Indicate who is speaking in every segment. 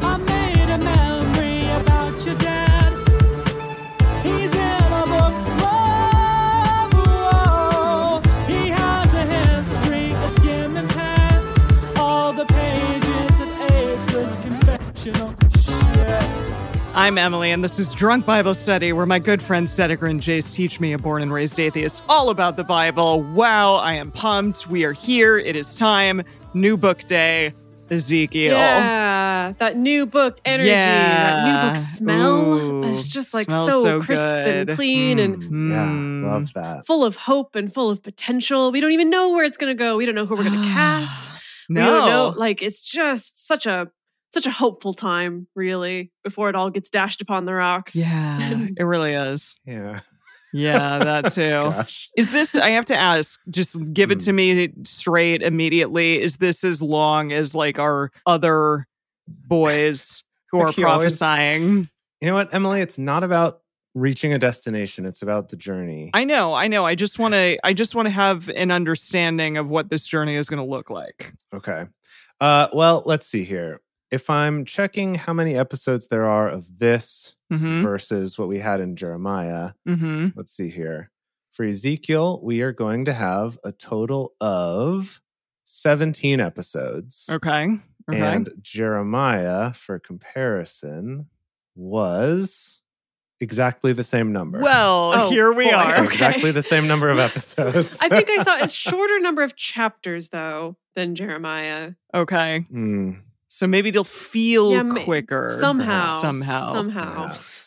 Speaker 1: I made a memory about your dad. He's in a book. Whoa, whoa. He has a history of skimming past all the pages of ageless confessional shit.
Speaker 2: I'm Emily, and this is Drunk Bible Study, where my good friends Sedeker and Jace teach me, a born and raised atheist, all about the Bible. Wow, I am pumped. We are here. It is time. New book day, Ezekiel.
Speaker 3: Yeah, that new book energy, that new
Speaker 2: Yeah.
Speaker 3: book smell.
Speaker 2: Ooh,
Speaker 3: it's just like
Speaker 2: smells
Speaker 3: so,
Speaker 2: so
Speaker 3: crisp
Speaker 2: good.
Speaker 3: and clean and
Speaker 2: Mm.
Speaker 4: Yeah, love that.
Speaker 3: full of hope and full of potential. We don't even know where it's going to go. We don't know who we're going to cast.
Speaker 2: No.
Speaker 3: We don't know. Like it's just such a such a hopeful time, really, before it all gets dashed upon the rocks.
Speaker 2: yeah, it really is.
Speaker 4: Yeah.
Speaker 2: Yeah, that too.
Speaker 4: Gosh.
Speaker 2: Is this, I have to ask, just give it to me straight immediately. Is this as long as like our other boys who are
Speaker 4: Like he always-
Speaker 2: prophesying?
Speaker 4: You know what, Emily? It's not about reaching a destination. It's about the journey.
Speaker 2: I know, I know. I just want to I just want to have an understanding of what this journey is going to look like.
Speaker 4: okay. Uh, well, let's see here. If I'm checking how many episodes there are of this
Speaker 3: Mm-hmm.
Speaker 2: Mhm.
Speaker 4: versus what we had in Jeremiah,
Speaker 2: Mhm.
Speaker 4: let's see here. For Ezekiel, we are going to have a total of 17 episodes.
Speaker 2: Okay. Okay.
Speaker 4: And Jeremiah, for comparison, was exactly the same number.
Speaker 2: well,
Speaker 3: Oh,
Speaker 2: here we
Speaker 3: boy.
Speaker 4: So
Speaker 2: are.
Speaker 3: Okay.
Speaker 4: exactly the same number of episodes.
Speaker 3: I think I saw a shorter number of chapters though than Jeremiah.
Speaker 2: Okay.
Speaker 4: Hmm,
Speaker 2: So maybe it'll feel
Speaker 3: Yeah, ma-
Speaker 2: quicker
Speaker 3: Somehow,
Speaker 2: Somehow.
Speaker 3: somehow.
Speaker 4: yes.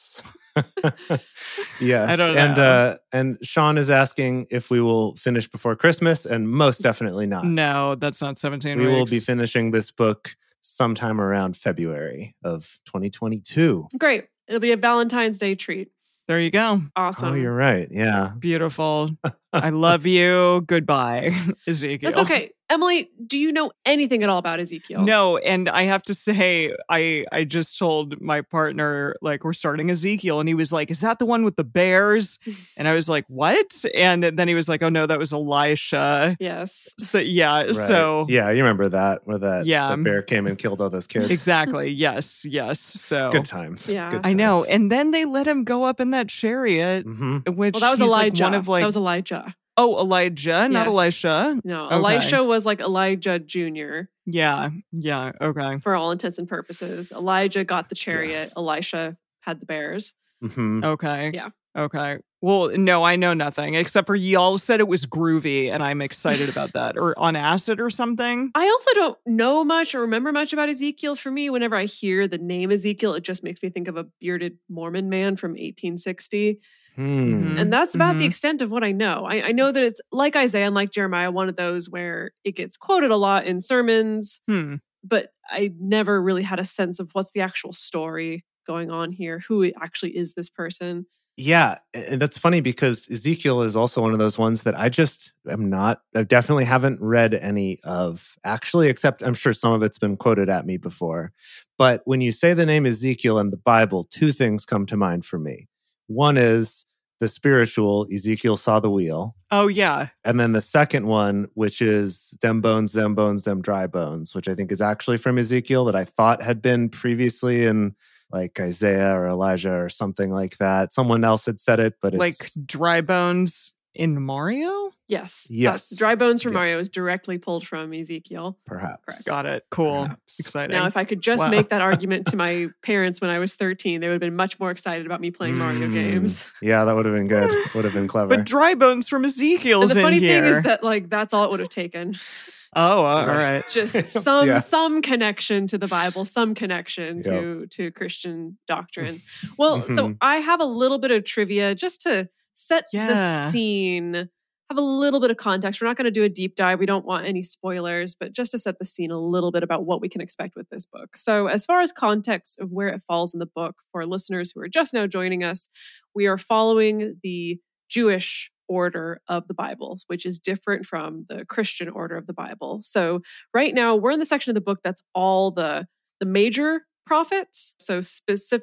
Speaker 4: yes.
Speaker 2: I don't
Speaker 4: and
Speaker 2: know.
Speaker 4: uh and Sean is asking if we will finish before Christmas and most definitely not.
Speaker 2: No, that's not 17
Speaker 4: we will
Speaker 2: weeks.
Speaker 4: be finishing this book sometime around February of 2022.
Speaker 3: Great. It'll be a Valentine's Day treat.
Speaker 2: there you go.
Speaker 3: Awesome.
Speaker 4: Oh, you're right.
Speaker 2: Uh,
Speaker 4: Yeah.
Speaker 2: Beautiful. I love you. Goodbye, Ezekiel.
Speaker 3: That's okay. Emily, do you know anything at all about Ezekiel?
Speaker 2: No, and I have to say, I I just told my partner like we're starting Ezekiel, and he was like, "Is that the one with the bears?" And I was like, "What?" And then he was like, "Oh no, that was Elisha."
Speaker 3: Yes.
Speaker 2: So yeah,
Speaker 4: Right.
Speaker 2: so
Speaker 4: yeah, you remember that where that
Speaker 2: Yeah.
Speaker 4: the bear came and killed all those kids.
Speaker 2: exactly, yes, yes. So
Speaker 4: Good times.
Speaker 3: Yeah.
Speaker 4: Good
Speaker 2: I know,
Speaker 4: times.
Speaker 2: and then they let him go up in that chariot,
Speaker 4: Mhm.
Speaker 2: which
Speaker 3: Well, that was
Speaker 2: he's, like,
Speaker 3: Elijah.
Speaker 2: one of like
Speaker 3: that was Elijah.
Speaker 2: oh Elijah, not
Speaker 3: Yes.
Speaker 2: Elisha.
Speaker 3: No,
Speaker 2: Okay.
Speaker 3: Elisha was like Elijah Jr.
Speaker 2: Yeah, yeah, okay.
Speaker 3: for all intents and purposes. Elijah got the chariot.
Speaker 4: Yes.
Speaker 3: Elisha had the bears.
Speaker 4: Mhm.
Speaker 2: Okay.
Speaker 3: Yeah.
Speaker 2: Okay. Well, no, I know nothing except for y'all said it was groovy, and I'm excited about that, or on acid or something.
Speaker 3: I also don't know much or remember much about Ezekiel. For me, whenever I hear the name Ezekiel, it just makes me think of a bearded Mormon man from 1860.
Speaker 4: Hmm.
Speaker 2: Mhm.
Speaker 3: And that's about the extent of what I know. I, I know that it's like Isaiah and like Jeremiah, one of those where it gets quoted a lot in sermons.
Speaker 2: Hmm.
Speaker 3: but I never really had a sense of what's the actual story going on here. Who i- actually is this person?
Speaker 4: Yeah, a- and that's funny because Ezekiel is also one of those ones that I just am not. I definitely haven't read any of actually, except I'm sure some of it's been quoted at me before. But when you say the name Ezekiel in the Bible, two things come to mind for me. One is the spiritual Ezekiel saw the wheel,
Speaker 2: Oh yeah.
Speaker 4: and then the second one, which is them bones, them bones, them dry bones, which I think is actually from Ezekiel that I thought had been previously in like Isaiah or Elijah or something like that. Someone else had said it, but
Speaker 2: like
Speaker 4: it's,
Speaker 2: dry bones in Mario.
Speaker 3: Yes. that-
Speaker 4: Yes.
Speaker 3: dry bones from
Speaker 4: Yeah.
Speaker 3: Mario is directly pulled from Ezekiel.
Speaker 4: perhaps.
Speaker 3: Correct.
Speaker 2: Got it. Cool.
Speaker 4: Perhaps.
Speaker 2: Exciting.
Speaker 3: Now, if I could just
Speaker 2: Wow.
Speaker 3: make that argument to my parents when I was 13, they would have been much more excited about me playing Mario
Speaker 4: Mm.
Speaker 3: games.
Speaker 4: Yeah, that would have been good. Would have been clever.
Speaker 2: but dry bones from Ezekiel's
Speaker 3: And the funny
Speaker 2: in here.
Speaker 3: thing is that, like, that's all it would have taken.
Speaker 2: oh, uh, all right.
Speaker 3: Just some
Speaker 4: Yeah.
Speaker 3: some connection to the Bible, some connection
Speaker 4: Yep. Mm-hmm.
Speaker 3: to to Christian doctrine. Well, so I have a little bit of trivia just to set
Speaker 2: Yeah.
Speaker 3: the scene. have a little bit of context. We're not going to do a deep dive. We don't want any spoilers, but just to set the scene a little bit about what we can expect with this book. So, as far as context of where it falls in the book for listeners who are just now joining us, we are following the Jewish order of the Bible, which is different from the Christian order of the Bible. So, right now we're in the section of the book that's all the the major prophets. So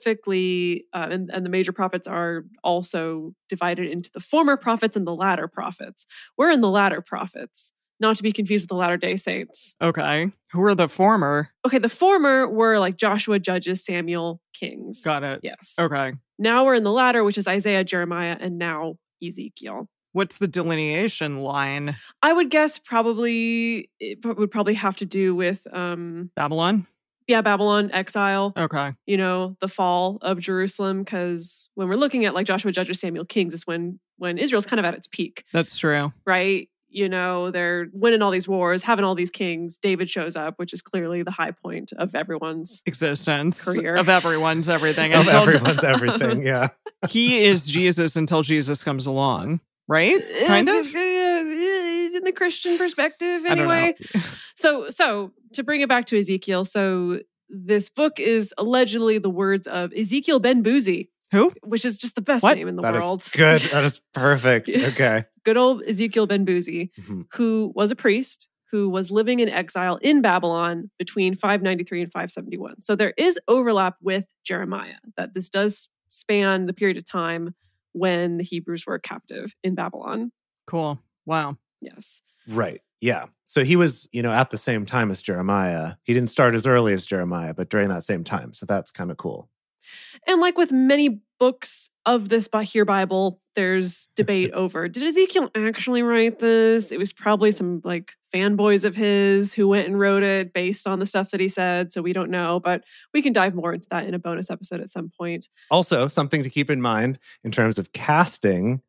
Speaker 3: specifically, uh, and, and the major prophets are also divided into the former prophets and the latter prophets. We're in the latter prophets, not to be confused with the latter day saints.
Speaker 2: Okay. Who are the former?
Speaker 3: Okay, the former were like Joshua, Judges, Samuel, Kings.
Speaker 2: Got it.
Speaker 3: Yes.
Speaker 2: Okay.
Speaker 3: Now we're in the latter, which is Isaiah, Jeremiah, and now Ezekiel.
Speaker 2: What's the delineation line?
Speaker 3: I would guess probably it prob- would probably have to do with um
Speaker 2: Babylon?
Speaker 3: yeah, Babylon, exile.
Speaker 2: Okay.
Speaker 3: you know the fall of jerusalem because when we're looking at like joshua judges samuel kings is when when israel's kind of at its peak
Speaker 2: That's true.
Speaker 3: right you know they're winning all these wars having all these kings david shows up which is clearly the high point of everyone's
Speaker 2: Existence
Speaker 3: Career.
Speaker 2: of everyone's everything.
Speaker 4: Of
Speaker 2: until
Speaker 4: everyone's everything. Yeah.
Speaker 2: he is Jesus until Jesus comes along, right?
Speaker 3: Uh,
Speaker 2: Kind of.
Speaker 3: in the christian perspective
Speaker 2: I don't know.
Speaker 3: anyway so so to bring it back to ezekiel so this book is allegedly the words of ezekiel ben boozy
Speaker 2: Who?
Speaker 3: which is just the best
Speaker 2: What?
Speaker 3: name in the
Speaker 4: That is
Speaker 3: world
Speaker 4: good. That is perfect.
Speaker 3: Yeah.
Speaker 4: Okay.
Speaker 3: good old ezekiel ben boozy
Speaker 4: Mhm.
Speaker 3: who was a priest who was living in exile in Babylon between 593 and 571. So there is overlap with Jeremiah that this does span the period of time when the Hebrews were captive in Babylon.
Speaker 2: Cool. Wow.
Speaker 3: Yes.
Speaker 4: Right. Yeah. So he was, you know, at the same time as Jeremiah. He didn't start as early as Jeremiah, but during that same time. So that's kind of cool.
Speaker 3: And like with many books of this Bi- here Bible, there's debate over did Ezekiel actually write this? It was probably some like fanboys of his who went and wrote it based on the stuff that he said. So we don't know, but we can dive more into that in a bonus episode at some point.
Speaker 4: Also, something to keep in mind in terms of casting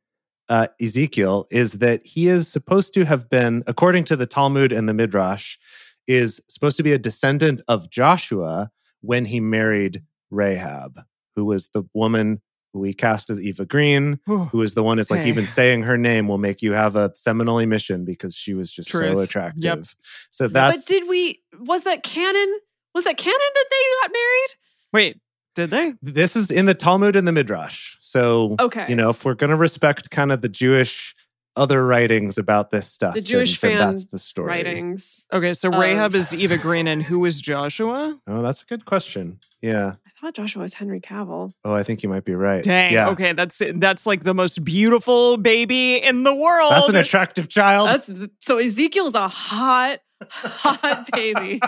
Speaker 4: uh, Ezekiel is that he is supposed to have been, according to the Talmud and the Midrash, is supposed to be a descendant of Joshua when he married Rahab, who was the woman who we cast as Eva Green,
Speaker 2: Whew.
Speaker 4: who is the one that's like
Speaker 2: Okay.
Speaker 4: even saying her name will make you have a seminal emission because she was just so
Speaker 2: Truth.
Speaker 4: attractive.
Speaker 2: Yep.
Speaker 4: So that's
Speaker 3: but did we? Was that canon? Was that canon that they got married?
Speaker 2: Wait, did they?
Speaker 4: this is in the Talmud and the Midrash. So
Speaker 3: Okay.
Speaker 4: you know, if we're going to respect kind of the Jewish other writings about this stuff,
Speaker 3: The Jewish
Speaker 4: then, then
Speaker 3: fan
Speaker 4: that's the story.
Speaker 3: writings.
Speaker 2: Okay, so
Speaker 3: Of-
Speaker 2: Rahab is Eva Green and who is Joshua?
Speaker 4: Oh, that's a good question. Yeah.
Speaker 3: I thought Joshua was Henry Cavill.
Speaker 4: Oh, I think you might be right.
Speaker 2: Dang.
Speaker 4: Yeah.
Speaker 2: Okay, that's it. That's like the most beautiful baby in the world.
Speaker 4: That's an attractive child.
Speaker 3: That's so Ezekiel's a hot, hot baby.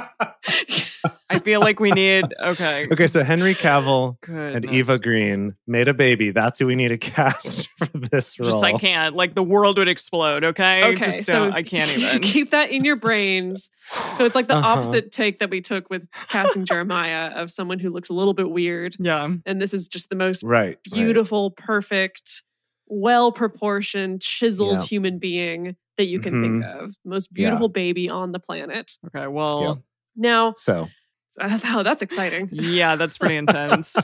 Speaker 2: I feel like we need okay.
Speaker 4: okay, so Henry Cavill
Speaker 2: Good.
Speaker 4: and Eva Green made a baby. That's who we need to cast for this role.
Speaker 2: Just I can't. Like the world would explode, okay?
Speaker 3: Okay,
Speaker 2: Just
Speaker 3: so
Speaker 2: don't- I can't even.
Speaker 3: keep that in your brains. So it's like the
Speaker 4: Uh-huh.
Speaker 3: opposite take that we took with casting Jeremiah of someone who looks a little bit weird,
Speaker 2: Yeah.
Speaker 3: and this is just the most
Speaker 4: Right. right.
Speaker 3: beautiful, perfect, well proportioned, chiseled
Speaker 4: Yeah. Mm-hmm.
Speaker 3: human being that you can think of. Most
Speaker 4: Yeah.
Speaker 3: beautiful baby on the planet.
Speaker 2: Okay. Well,
Speaker 3: Now,
Speaker 4: So
Speaker 3: oh, that's exciting.
Speaker 2: yeah, that's pretty intense.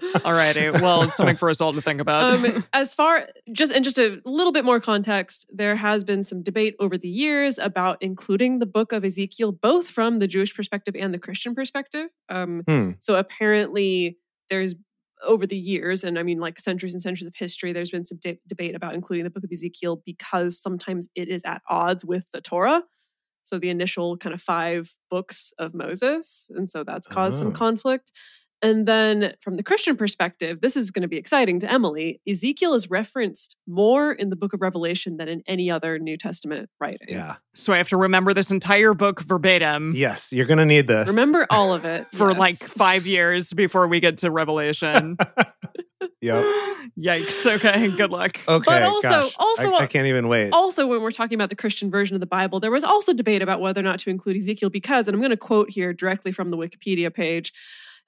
Speaker 2: Alrighty. Well, it's something for us all to think about.
Speaker 3: Um, as far just and just a little bit more context, there has been some debate over the years about including the book of Ezekiel, both from the Jewish perspective and the Christian perspective. Um,
Speaker 4: Hmm.
Speaker 3: So apparently, there's over the years, and I mean like centuries and centuries of history, there's been some de- debate about including the book of Ezekiel because sometimes it is at odds with the Torah. So the initial kind of five books of Moses. And so that's caused
Speaker 4: Oh.
Speaker 3: some conflict. And then from the Christian perspective, this is going to be exciting to Emily. Ezekiel is referenced more in the book of Revelation than in any other New Testament writing.
Speaker 4: yeah.
Speaker 2: so I have to remember this entire book verbatim
Speaker 4: Yes, you're gonna need this.
Speaker 3: Remember all of it
Speaker 2: for
Speaker 3: yes.
Speaker 2: like five years before we get to Revelation.
Speaker 4: Yep. Oh.
Speaker 2: Yikes. Okay. Good luck.
Speaker 4: Okay.
Speaker 3: also-
Speaker 4: gosh.
Speaker 3: also- uh,
Speaker 4: I, I can't even wait.
Speaker 3: Also, when we're talking about the Christian version of the Bible, there was also debate about whether or not to include Ezekiel because, and I'm going to quote here directly from the Wikipedia page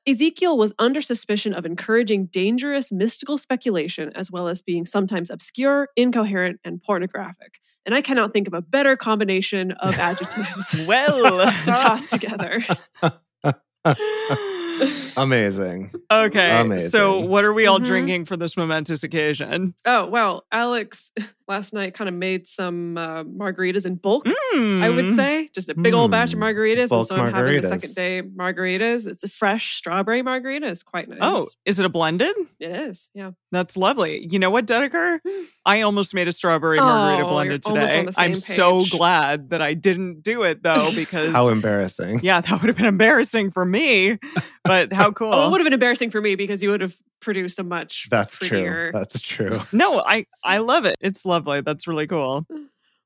Speaker 3: Ezekiel was under suspicion of encouraging dangerous mystical speculation as well as being sometimes obscure, incoherent, and pornographic. And I cannot think of a better combination of adjectives
Speaker 2: Well,
Speaker 3: to toss together.
Speaker 4: Amazing.
Speaker 2: Okay. So,
Speaker 4: Amazing.
Speaker 2: what are we all
Speaker 3: Mhm.
Speaker 2: drinking for this momentous occasion?
Speaker 3: Oh, well, Alex last night kind of made some uh, margaritas in bulk, I would
Speaker 2: Mm.
Speaker 3: say. Just a big old batch of
Speaker 4: Mm,
Speaker 3: margaritas.
Speaker 4: Mm-hmm. bulk
Speaker 3: and so I'm having
Speaker 4: margaritas.
Speaker 3: a second day margaritas. It's a fresh strawberry margarita. It's quite nice.
Speaker 2: Oh, is it a blended?
Speaker 3: it is. Yeah.
Speaker 2: That's lovely. You know what, Dedeker? I almost made a strawberry margarita
Speaker 3: Oh,
Speaker 2: blended
Speaker 3: you're almost
Speaker 2: today.
Speaker 3: on the
Speaker 2: I'm
Speaker 3: same
Speaker 2: so
Speaker 3: page.
Speaker 2: glad that I didn't do it though, because
Speaker 4: How er embarrassing.
Speaker 2: yeah, that would have been embarrassing for me. But how cool.
Speaker 3: Oh, it would have been embarrassing for me because you would have produced a much
Speaker 4: That's true.
Speaker 3: prettier.
Speaker 4: That's true.
Speaker 2: no, I I love it. It's lovely. That's really cool.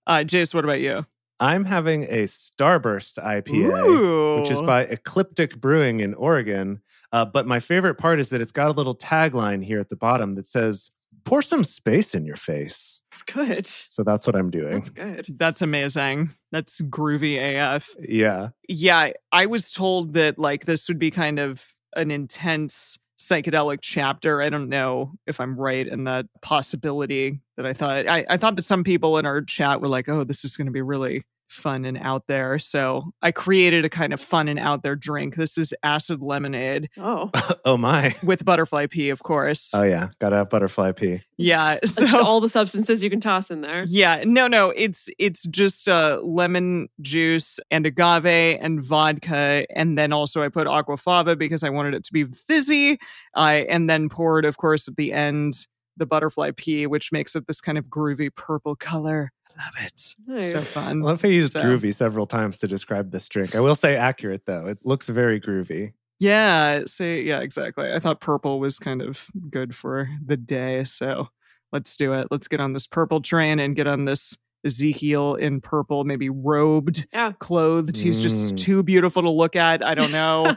Speaker 2: Uh, Jace, what about you?
Speaker 4: I'm having a Starburst IPA. which is
Speaker 2: Ooh.
Speaker 4: by Ecliptic Brewing in Oregon. Uh, but my favorite part is that it's got a little tagline here at the bottom that says, Pour some space in your face.
Speaker 3: It's good.
Speaker 4: So that's what I'm doing.
Speaker 3: That's good.
Speaker 2: That's amazing. That's groovy AF.
Speaker 4: Yeah.
Speaker 2: Yeah, I was told that like this would be kind of an intense psychedelic chapter. I don't know if I'm right in that possibility that I thought. I, I thought that some people in our chat were like, oh, this is going to be really fun and out there. So I created a kind of fun and out there drink. This is acid lemonade
Speaker 3: Oh,
Speaker 4: oh, my.
Speaker 2: with butterfly pea, of course.
Speaker 4: Oh, yeah. Gotta have butterfly pea.
Speaker 2: yeah.
Speaker 3: That's just
Speaker 2: So
Speaker 3: all the substances you can toss in there.
Speaker 2: Yeah, no, no, it's it's just uh, lemon juice and agave and vodka, and then also I put aquafaba because I wanted it to be fizzy, uh, and then poured, of course, at the end the butterfly pea, which makes it this kind of groovy purple color. I love it.
Speaker 3: Nice.
Speaker 2: So
Speaker 4: I
Speaker 2: fun.
Speaker 4: love how you used
Speaker 2: So-
Speaker 4: groovy several times to describe this drink. I will say accurate, though. It looks very groovy.
Speaker 2: Yeah, see, yeah, exactly. I thought purple was kind of good for the day, so let's do it. Let's get on this purple train and get on this Ezekiel in purple, maybe robed,
Speaker 3: Yeah.
Speaker 2: clothed. He's just
Speaker 4: Mm.
Speaker 2: too beautiful to look at. I don't know.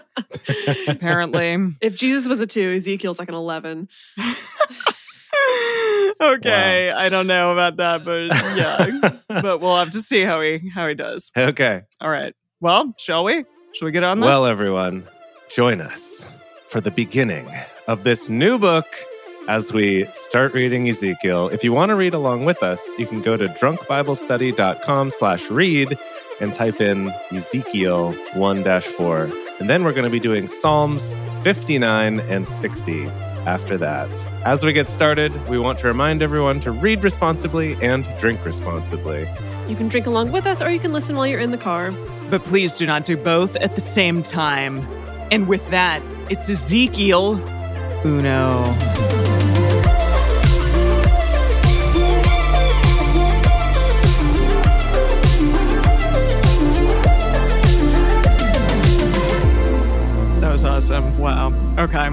Speaker 2: apparently.
Speaker 3: If Jesus was a two, Ezekiel's like an 11.
Speaker 2: okay, I don't know about that, but yeah. but we'll have to see how he how he does.
Speaker 4: okay.
Speaker 2: All right. Well, shall we? Shall we get on this?
Speaker 4: Well, everyone, join us for the beginning of this new book as we start reading Ezekiel. If you want to read along with us, you can go to drunkbiblestudy.com slash read and type in Ezekiel 1-4. And then we're going to be doing Psalms 59 and 60 after that. As we get started, we want to remind everyone to read responsibly and drink responsibly.
Speaker 3: You can drink along with us or you can listen while you're in the car.
Speaker 2: But please do not do both at the same time. And with that, it's Ezekiel Uno. That was awesome. Wow. Okay.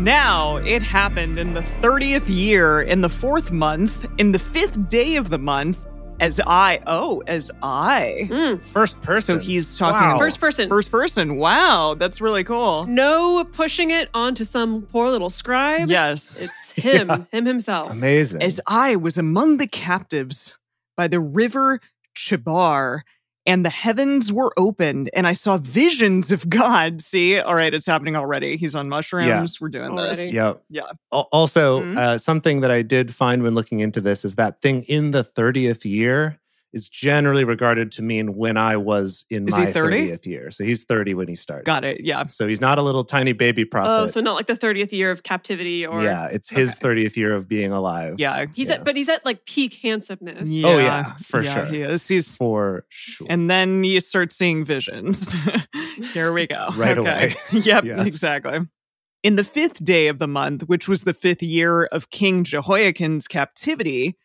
Speaker 2: Now it happened in the 30th year, in the fourth month, in the fifth day of the month, as I, oh, as I.
Speaker 3: Mm.
Speaker 4: First person.
Speaker 2: So he's talking
Speaker 4: Wow.
Speaker 2: in
Speaker 3: First person.
Speaker 2: first person. Wow, that's really cool.
Speaker 3: No pushing it onto some poor little scribe.
Speaker 2: Yes.
Speaker 3: It's him,
Speaker 4: Yeah.
Speaker 3: him himself.
Speaker 4: Amazing.
Speaker 2: As I was among the captives by the river Chebar, and the heavens were opened, and I saw visions of God. See, all right, it's happening already. He's on mushrooms. We're doing this.
Speaker 3: Already.
Speaker 4: Yeah.
Speaker 2: Yeah.
Speaker 4: Al- Also,
Speaker 2: Mhm.
Speaker 4: uh, something that I did find when looking into this is that thing in the 30th year is generally regarded to mean when I was in
Speaker 2: Is he
Speaker 4: my
Speaker 2: 30?
Speaker 4: 30th year. So he's 30 when he starts.
Speaker 2: Got it. Yeah.
Speaker 4: So he's not a little tiny baby
Speaker 3: Oh,
Speaker 4: prophet.
Speaker 3: so not like the 30th year of captivity or.
Speaker 4: yeah, it's his 30th year of being alive.
Speaker 2: Yeah.
Speaker 3: He's
Speaker 4: Yeah.
Speaker 3: at, but he's at like peak handsomeness.
Speaker 4: Oh, yeah, for
Speaker 2: Yeah,
Speaker 4: sure.
Speaker 2: He is. He's,
Speaker 4: For sure.
Speaker 2: and then you start seeing visions. Here we go.
Speaker 4: Right away.
Speaker 2: yep,
Speaker 4: Yes.
Speaker 2: exactly. In the fifth day of the month, which was the fifth year of King Jehoiakim's captivity,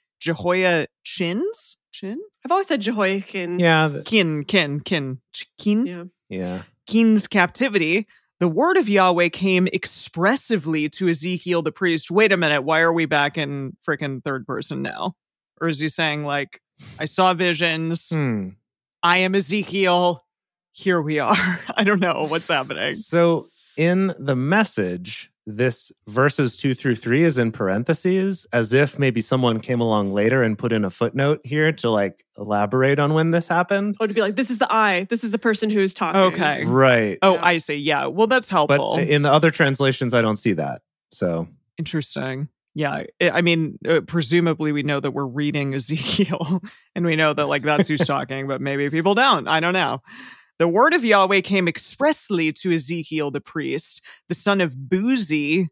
Speaker 2: Jehoiachin's chin
Speaker 3: I've always said
Speaker 2: Mm-hmm.
Speaker 3: Jehoiakim.
Speaker 4: yeah. th-
Speaker 2: kin kin kin ch- kin
Speaker 3: Yeah.
Speaker 4: Yeah.
Speaker 2: king's captivity. The word of Yahweh came expressively to Ezekiel the priest. Wait a minute, why are we back in freaking third person now? Or is he saying like, I saw visions,
Speaker 4: Hmm.
Speaker 2: I am Ezekiel, here we are. I don't know what's happening.
Speaker 4: So in the message, this verses two through three is in parentheses, as if maybe someone came along later and put in a footnote here to like elaborate on when this happened.
Speaker 3: Oh, to be like, this is the I. This is the person who's talking.
Speaker 2: Okay.
Speaker 4: Right.
Speaker 2: Oh,
Speaker 3: Yeah.
Speaker 2: I see. Yeah. Well, that's
Speaker 4: But
Speaker 2: helpful.
Speaker 4: in the other translations, I don't see that. So
Speaker 2: Interesting. Yeah. I I mean, uh, presumably we know that we're reading Ezekiel and we know that, like, that's who's talking, but maybe people don't. I don't know. The word of Yahweh came expressly to Ezekiel the priest, the son of Boozi,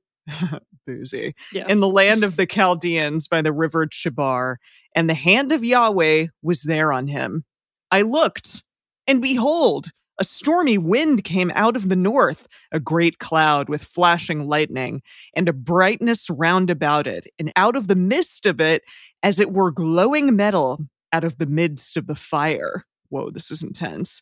Speaker 2: Boozi,
Speaker 3: Yes.
Speaker 2: in the land of the Chaldeans by the river Chebar, and the hand of Yahweh was there on him. I looked, and behold, a stormy wind came out of the north, a great cloud with flashing lightning, and a brightness round about it, and out of the midst of it, as it were glowing metal, out of the midst of the fire. Whoa, this is intense.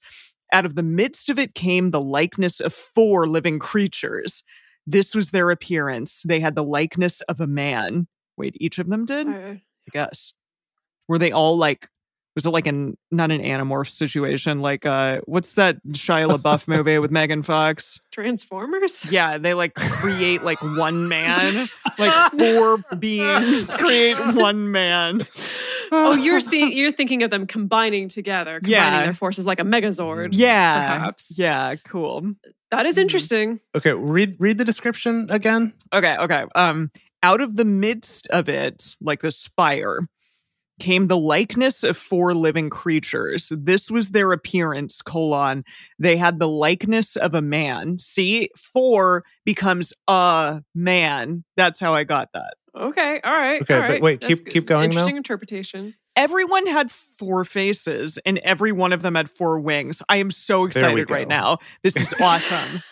Speaker 2: Out of the midst of it came the likeness of four living creatures. This was their appearance. They had the likeness of a man. Wait, each of them did?
Speaker 3: Uh,
Speaker 2: I guess. Were they all like? Was it like an not an anamorph situation? Like, uh, what's that Shia LaBeouf movie with Megan Fox?
Speaker 3: Transformers.
Speaker 2: Yeah, they like create like one man, like four beings create one man.
Speaker 3: Oh, you're seeing. You're thinking of them combining together, combining
Speaker 2: Yeah.
Speaker 3: their forces like a Megazord.
Speaker 2: Yeah,
Speaker 3: Perhaps.
Speaker 2: yeah, cool.
Speaker 3: That is
Speaker 2: Mhm.
Speaker 3: interesting.
Speaker 4: Okay, read read the description again.
Speaker 2: Okay, okay. Um, out of the midst of it, like this fire, came the likeness of four living creatures. This was their appearance, colon. They had the likeness of a man. See, four becomes a man. That's how I got that.
Speaker 3: Okay. All right.
Speaker 4: Okay,
Speaker 3: all
Speaker 4: but
Speaker 3: right.
Speaker 4: wait, keep-
Speaker 3: good.
Speaker 4: keep going now.
Speaker 3: Interesting interpretation.
Speaker 2: Everyone had four faces, and every one of them had four wings. I am so
Speaker 4: There we
Speaker 2: excited right
Speaker 4: go.
Speaker 2: now. This is awesome.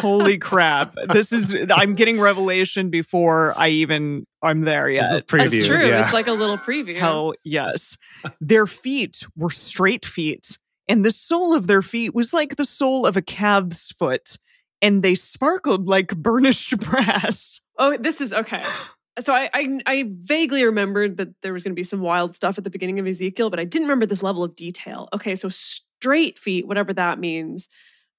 Speaker 2: Holy crap. This is, I'm getting revelation before I even, I'm there
Speaker 4: It's
Speaker 2: yet.
Speaker 4: a preview.
Speaker 3: That's true.
Speaker 4: yeah.
Speaker 3: It's like a little preview.
Speaker 2: Hell yes. Their feet were straight feet, and the sole of their feet was like the sole of a calf's foot, and they sparkled like burnished brass.
Speaker 3: Oh, this is okay. So I, I I vaguely remembered that there was going to be some wild stuff at the beginning of Ezekiel, but I didn't remember this level of detail. Okay, so straight feet, whatever that means,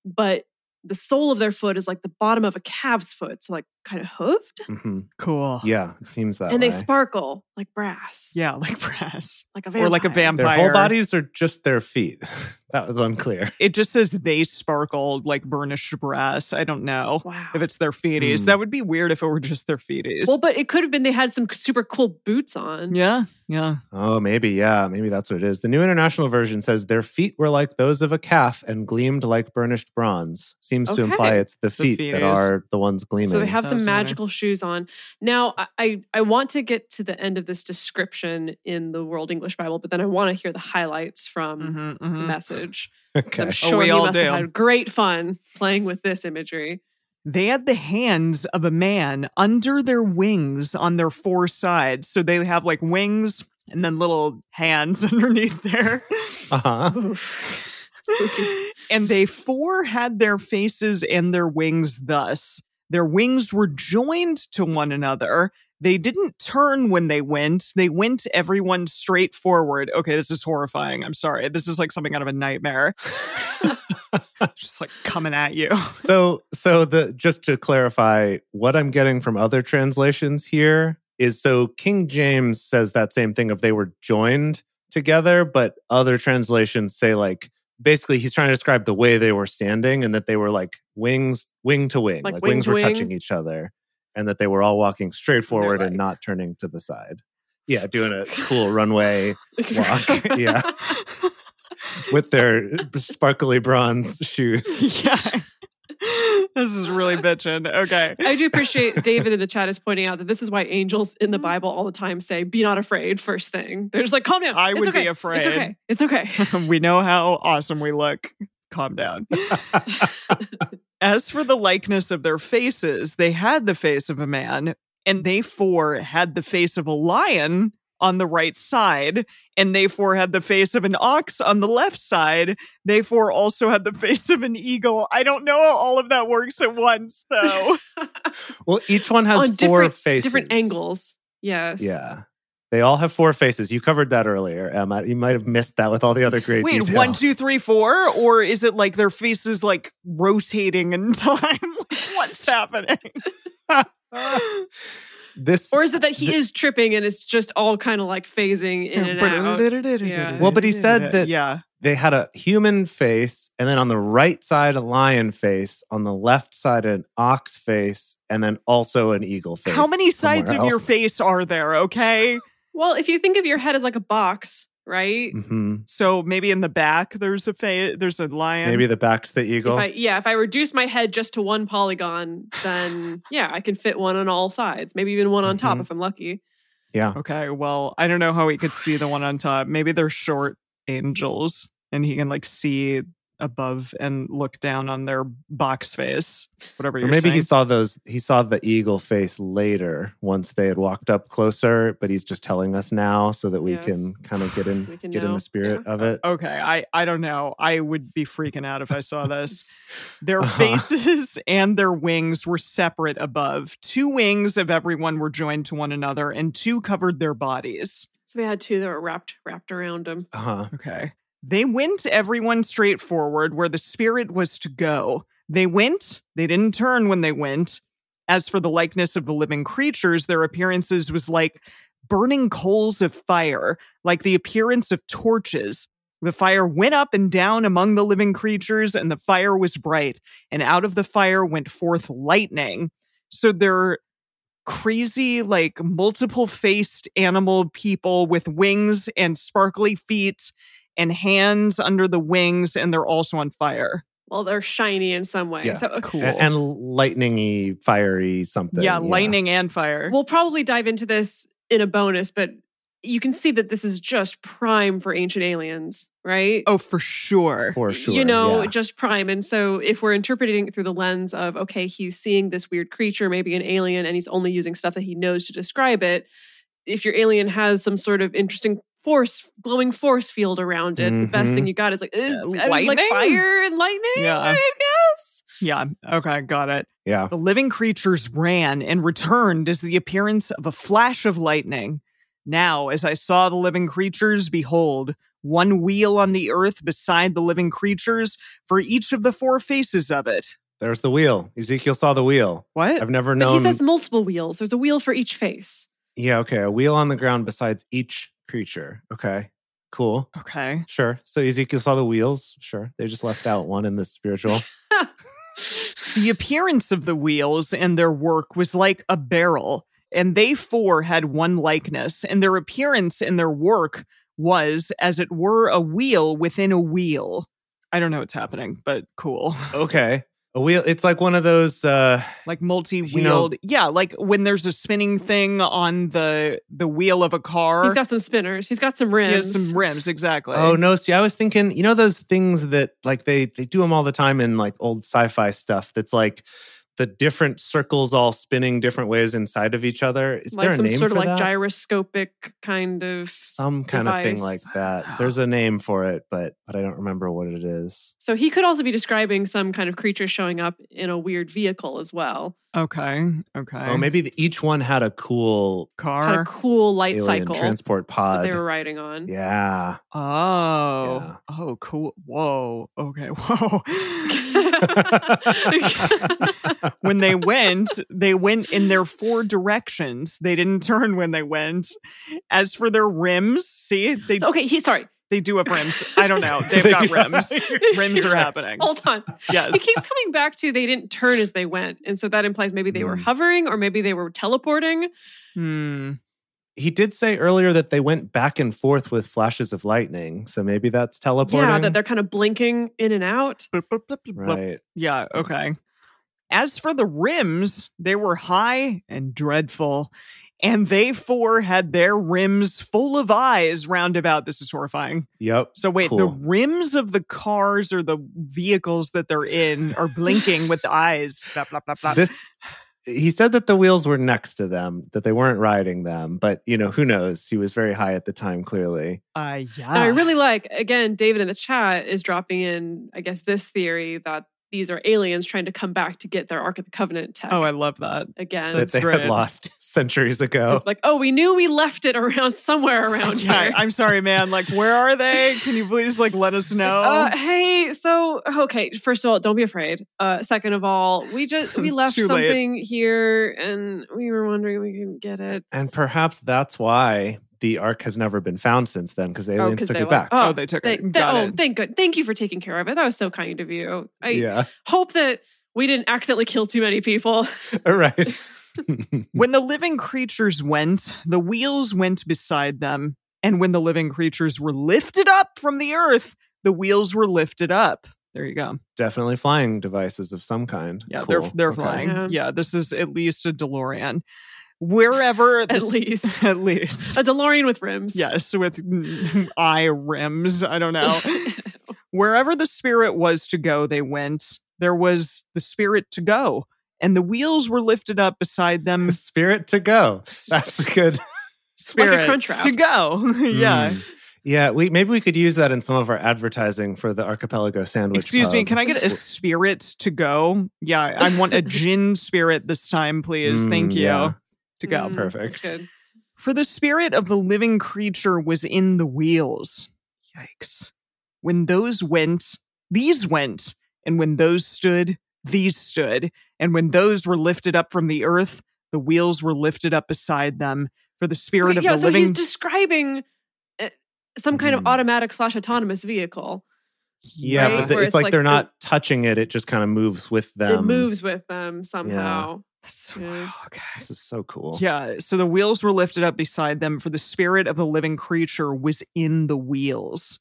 Speaker 3: but the sole of their foot is like the bottom of a calf's foot, so like kind of hooved,
Speaker 4: Mhm.
Speaker 2: Cool. Yeah,
Speaker 4: Yeah, it seems that
Speaker 3: and
Speaker 4: way.
Speaker 3: they sparkle like brass,
Speaker 2: like brass.
Speaker 3: like a vampire.
Speaker 2: Or like a
Speaker 4: their
Speaker 2: vampire.
Speaker 4: whole bodies or just their feet. that was unclear.
Speaker 2: It just says they sparkled like burnished brass. I don't know
Speaker 3: Wow.
Speaker 2: if it's their feeties.
Speaker 4: Hmm.
Speaker 2: That would be weird if it were just their feeties.
Speaker 3: well, but it could have been they had some super cool boots on.
Speaker 2: yeah, yeah.
Speaker 4: Oh, maybe, yeah, maybe that's what it is. The New International Version says their feet were like those of a calf and gleamed like burnished bronze. Seems to imply
Speaker 3: Okay.
Speaker 4: it's the feet that
Speaker 2: fetus.
Speaker 4: are the ones gleaming.
Speaker 3: So they have some
Speaker 2: Fascinating.
Speaker 3: magical shoes on. Now, I- I, I want to get to the end of this description in the World English Bible, but then I want to hear the highlights from
Speaker 2: Mhm,
Speaker 3: the
Speaker 2: mhm.
Speaker 3: message. 'cause
Speaker 4: okay.
Speaker 3: I'm sure
Speaker 2: Oh, we
Speaker 3: you
Speaker 2: all
Speaker 3: must have
Speaker 2: do.
Speaker 3: had great fun playing with this imagery.
Speaker 2: They had the hands of a man under their wings on their four sides. So they have like wings and then little hands underneath there.
Speaker 4: Uh-huh.
Speaker 3: Spooky.
Speaker 2: and they four had their faces and their wings thus. Their wings were joined to one another. They didn't turn when they went. They went everyone straight forward. Okay, this is horrifying. I'm sorry. This is like something out of a nightmare. Just like coming at you.
Speaker 4: so so the just to clarify what i'm getting from other translations here is so king james says that same thing of they were joined together but other translations say like basically he's trying to describe the way they were standing and that they were like wings wing to wing
Speaker 3: Like
Speaker 4: like,
Speaker 3: wing
Speaker 4: wings
Speaker 3: to
Speaker 4: were
Speaker 3: wing.
Speaker 4: touching each other and that they were all walking straight forward
Speaker 3: like-
Speaker 4: and not turning to the side yeah doing a cool runway Walk, yeah. with their sparkly bronze shoes
Speaker 2: yeah. this is really bitching. Okay.
Speaker 3: I do appreciate David in the chat is pointing out that this is why angels
Speaker 2: Mm-hmm.
Speaker 3: in the Bible all the time say, be not afraid, first thing. They're just like, calm down.
Speaker 2: I
Speaker 3: It's
Speaker 2: would be
Speaker 3: okay.
Speaker 2: afraid.
Speaker 3: It's okay. It's okay.
Speaker 2: we know how awesome we look. Calm down. As for the likeness of their faces, they had the face of a man, and they four had the face of a lion on the right side, and they four had the face of an ox on the left side. They four also had the face of an eagle. I don't know how all of that works at once, though.
Speaker 4: well each one has
Speaker 3: On
Speaker 4: four
Speaker 3: different-
Speaker 4: faces
Speaker 3: Different angles. Yes.
Speaker 4: Yeah. They all have four faces. You covered that earlier, Emma. You might have missed that with all the other great
Speaker 2: Wait,
Speaker 4: details.
Speaker 2: one, two, three, four, or is it like their faces like rotating in time? Like, What's happening?
Speaker 4: This
Speaker 3: Or is it that he is tripping and it's just all kind of like phasing in and out? Yeah.
Speaker 4: Well, but he said that-
Speaker 2: Yeah.
Speaker 4: they had a human face, and then on the right side a lion face, on the left side an ox face, and then also an eagle face.
Speaker 2: How many
Speaker 4: somewhere
Speaker 2: sides of your
Speaker 4: else.
Speaker 2: face are there? Okay.
Speaker 3: Well, if you think of your head as like a box, right?
Speaker 4: hmm
Speaker 2: So maybe in the back there's a fa- there's a lion.
Speaker 4: Maybe the back's the
Speaker 3: If
Speaker 4: eagle.
Speaker 3: I, yeah, if I reduce my head just to one polygon, then yeah, I can fit one on all sides, maybe even one on top
Speaker 4: Mhm.
Speaker 3: if I'm lucky.
Speaker 4: yeah.
Speaker 2: Okay, well, I don't know how he could see the one on top. Maybe they're short angels and he can like see above and look down on their box face, whatever
Speaker 4: Or
Speaker 2: you're
Speaker 4: maybe he
Speaker 2: saying.
Speaker 4: saw those. He saw the eagle face later once they had walked up closer, but he's just telling us now so that we
Speaker 3: Yes.
Speaker 4: can kind of get in
Speaker 3: So we can
Speaker 4: get in
Speaker 3: know.
Speaker 4: the spirit of it.
Speaker 2: Okay, I I don't know. I would be freaking out if I saw this. Their
Speaker 4: Uh-huh.
Speaker 2: faces and their wings were separate above. Two wings of everyone were joined to one another and two covered their bodies.
Speaker 3: So they had two that were wrapped wrapped around them.
Speaker 4: Uh huh.
Speaker 2: Okay. They went everyone straight forward where the spirit was to go. They went, they didn't turn when they went. As for the likeness of the living creatures, their appearances was like burning coals of fire, like the appearance of torches. The fire went up and down among the living creatures, and the fire was bright, and out of the fire went forth lightning. So their crazy, like multiple faced animal people with wings and sparkly feet and hands under the wings, and they're also on fire.
Speaker 3: Well, they're shiny in some way.
Speaker 4: Yeah.
Speaker 3: So uh,
Speaker 2: Cool.
Speaker 4: And, lightningy, fiery something.
Speaker 2: yeah, lightning and fire.
Speaker 3: we'll probably dive into this in a bonus, but you can see that this is just prime for ancient aliens, right?
Speaker 2: oh, for sure.
Speaker 4: for sure.
Speaker 3: You know,
Speaker 4: yeah.
Speaker 3: just prime. And so if we're interpreting it through the lens of, okay, he's seeing this weird creature, maybe an alien, and he's only using stuff that he knows to describe it, if your alien has some sort of interesting force, glowing force field around it, the best
Speaker 4: Mm-hmm.
Speaker 3: thing you got is like, is
Speaker 2: Uh,
Speaker 3: I mean, like
Speaker 2: lightning?
Speaker 3: fire and lightning,
Speaker 2: Yeah.
Speaker 3: I guess.
Speaker 2: yeah. Okay, got it.
Speaker 4: yeah.
Speaker 2: The living creatures ran and returned as the appearance of a flash of lightning. Now, as I saw the living creatures, behold, one wheel on the earth beside the living creatures for each of the four faces of it.
Speaker 4: There's the wheel. Ezekiel saw the wheel.
Speaker 2: What?
Speaker 4: I've never
Speaker 3: But
Speaker 4: known.
Speaker 3: he says multiple wheels. There's a wheel for each face.
Speaker 4: yeah. Okay. A wheel on the ground besides each creature. Okay. Cool.
Speaker 2: okay.
Speaker 4: Sure. So Ezekiel saw the wheels. Sure. They just left out one in the spiritual.
Speaker 2: The appearance of the wheels and their work was like a barrel, and they four had one likeness, and their appearance and their work was, as it were, a wheel within a wheel. I don't know what's happening, but cool.
Speaker 4: okay. A wheel. It's like one of those. uh
Speaker 2: Like multi-wheeled.
Speaker 4: know-
Speaker 2: yeah, like when there's a spinning thing on the the wheel of a car.
Speaker 3: He's got some spinners. He's got some rims.
Speaker 2: Yeah, some rims, exactly.
Speaker 4: Oh no! See, I was thinking, you know, those things that like they they do them all the time in like old sci-fi stuff. That's like the different circles all spinning different ways inside of each other. Is
Speaker 3: like
Speaker 4: there a
Speaker 3: some
Speaker 4: name
Speaker 3: sort of
Speaker 4: for
Speaker 3: like
Speaker 4: that?
Speaker 3: gyroscopic kind of.
Speaker 4: Some kind of thing like
Speaker 3: device.
Speaker 4: that. There's a name for it, but but I don't remember what it is.
Speaker 3: So he could also be describing some kind of creature showing up in a weird vehicle as well.
Speaker 2: Okay. Okay.
Speaker 4: Oh, maybe the, each one had a cool
Speaker 3: Had a
Speaker 2: car.
Speaker 3: cool light
Speaker 4: alien
Speaker 3: cycle
Speaker 4: transport
Speaker 3: that
Speaker 4: pod.
Speaker 3: they were riding on.
Speaker 4: yeah.
Speaker 2: Oh.
Speaker 4: Yeah.
Speaker 2: Oh, cool. Whoa. Okay. Whoa. when they went, they went in their four directions. They didn't turn when they went. As for their rims, see, they
Speaker 3: okay, he sorry.
Speaker 2: they do have rims. I don't know. They've
Speaker 4: They
Speaker 2: got
Speaker 4: do-
Speaker 2: rims. Rims are happening.
Speaker 3: Hold on. He
Speaker 2: Yes.
Speaker 3: keeps coming back to they didn't turn as they went. And so that implies maybe they were
Speaker 4: Mm.
Speaker 3: hovering or maybe they were teleporting.
Speaker 2: Hmm.
Speaker 4: He did say earlier that they went back and forth with flashes of lightning, so maybe that's teleporting.
Speaker 3: Yeah, that they're kind of blinking in and out.
Speaker 2: Blip, blip, blip, blip, blip.
Speaker 4: right.
Speaker 2: Yeah, okay. As for the rims, they were high and dreadful, and they four had their rims full of eyes round about. This is horrifying.
Speaker 4: Yep.
Speaker 2: So wait, the
Speaker 4: Cool.
Speaker 2: rims of the cars or the vehicles that they're in are blinking with eyes. Blah, blah, blah, blah.
Speaker 4: this he said that the wheels were next to them that they weren't riding them but you know who knows he was very high at the time clearly
Speaker 2: uh, yeah.
Speaker 3: And I really like, again, David in the chat is dropping in, I guess, this theory that these are aliens trying to come back to get their Ark of the Covenant tech
Speaker 2: Oh, I love that.
Speaker 3: again.
Speaker 4: that
Speaker 2: That's
Speaker 4: they
Speaker 2: great.
Speaker 4: had lost centuries ago
Speaker 3: It's like, oh, we knew we left it around somewhere around here.
Speaker 2: Yeah, I- I'm sorry, man. Like, where are they? Can you please like let us know?
Speaker 3: Uh, hey, so okay. First of all, don't be afraid. Uh, second of all, we just we left
Speaker 2: Too late.
Speaker 3: something here, and we were wondering if we could get it.
Speaker 4: and perhaps that's why the ark has never been found since then because the aliens
Speaker 3: 'cause
Speaker 4: took
Speaker 3: they
Speaker 4: it back
Speaker 3: left.
Speaker 2: oh,
Speaker 3: oh,
Speaker 2: they took
Speaker 3: They,
Speaker 2: it.
Speaker 3: they-
Speaker 2: Got
Speaker 3: oh,
Speaker 2: it.
Speaker 3: thank good. Thank you for taking care of it. That was so kind of you. I
Speaker 4: yeah
Speaker 3: hope that we didn't accidentally kill too many people.
Speaker 4: all right
Speaker 2: When the living creatures went, the wheels went beside them, And when the living creatures were lifted up from the earth, the wheels were lifted up. There you go.
Speaker 4: Definitely flying devices of some kind.
Speaker 2: Yeah,
Speaker 4: Cool.
Speaker 2: they're they're
Speaker 4: Okay.
Speaker 2: flying. Yeah.
Speaker 3: Yeah.
Speaker 2: this is at least a DeLorean. Wherever
Speaker 3: At least.
Speaker 2: at least.
Speaker 3: A DeLorean with rims.
Speaker 2: Yes, with eye rims. I don't know. Wherever the spirit was to go, they went. There was the spirit to go, and the wheels were lifted up beside them.
Speaker 4: Spirit to go. That's good.
Speaker 2: Spirit
Speaker 3: Crunchwrap.
Speaker 2: to go. yeah.
Speaker 4: Mm. Yeah, we maybe we could use that in some of our advertising for the archipelago sandwich.
Speaker 2: Excuse me,
Speaker 4: Pub.
Speaker 2: can I get a spirit to go? Yeah, I want a gin spirit this time, please.
Speaker 4: Mm,
Speaker 2: Thank you.
Speaker 4: yeah.
Speaker 2: To go.
Speaker 3: Mm,
Speaker 4: Perfect.
Speaker 3: Good.
Speaker 2: For the spirit of the living creature was in the wheels. Yikes. When those went, these went. And when those stood, these stood. And when those were lifted up from the earth, the wheels were lifted up beside them. For the spirit
Speaker 3: Wait,
Speaker 2: of
Speaker 3: yeah,
Speaker 2: the
Speaker 3: so he's
Speaker 2: living. Hmm.
Speaker 3: describing uh, some kind of
Speaker 4: Mm.
Speaker 3: automatic slash autonomous vehicle.
Speaker 4: Yeah,
Speaker 3: Right,
Speaker 4: but the,
Speaker 3: where
Speaker 4: it's,
Speaker 3: it's
Speaker 4: like,
Speaker 3: like
Speaker 4: they're
Speaker 3: the-
Speaker 4: not touching it; it just kind of moves with them.
Speaker 3: it moves with them somehow.
Speaker 2: Wow, okay.
Speaker 4: This is so cool.
Speaker 2: Yeah, so the wheels were lifted up beside them, for the spirit of the living creature was in the wheels.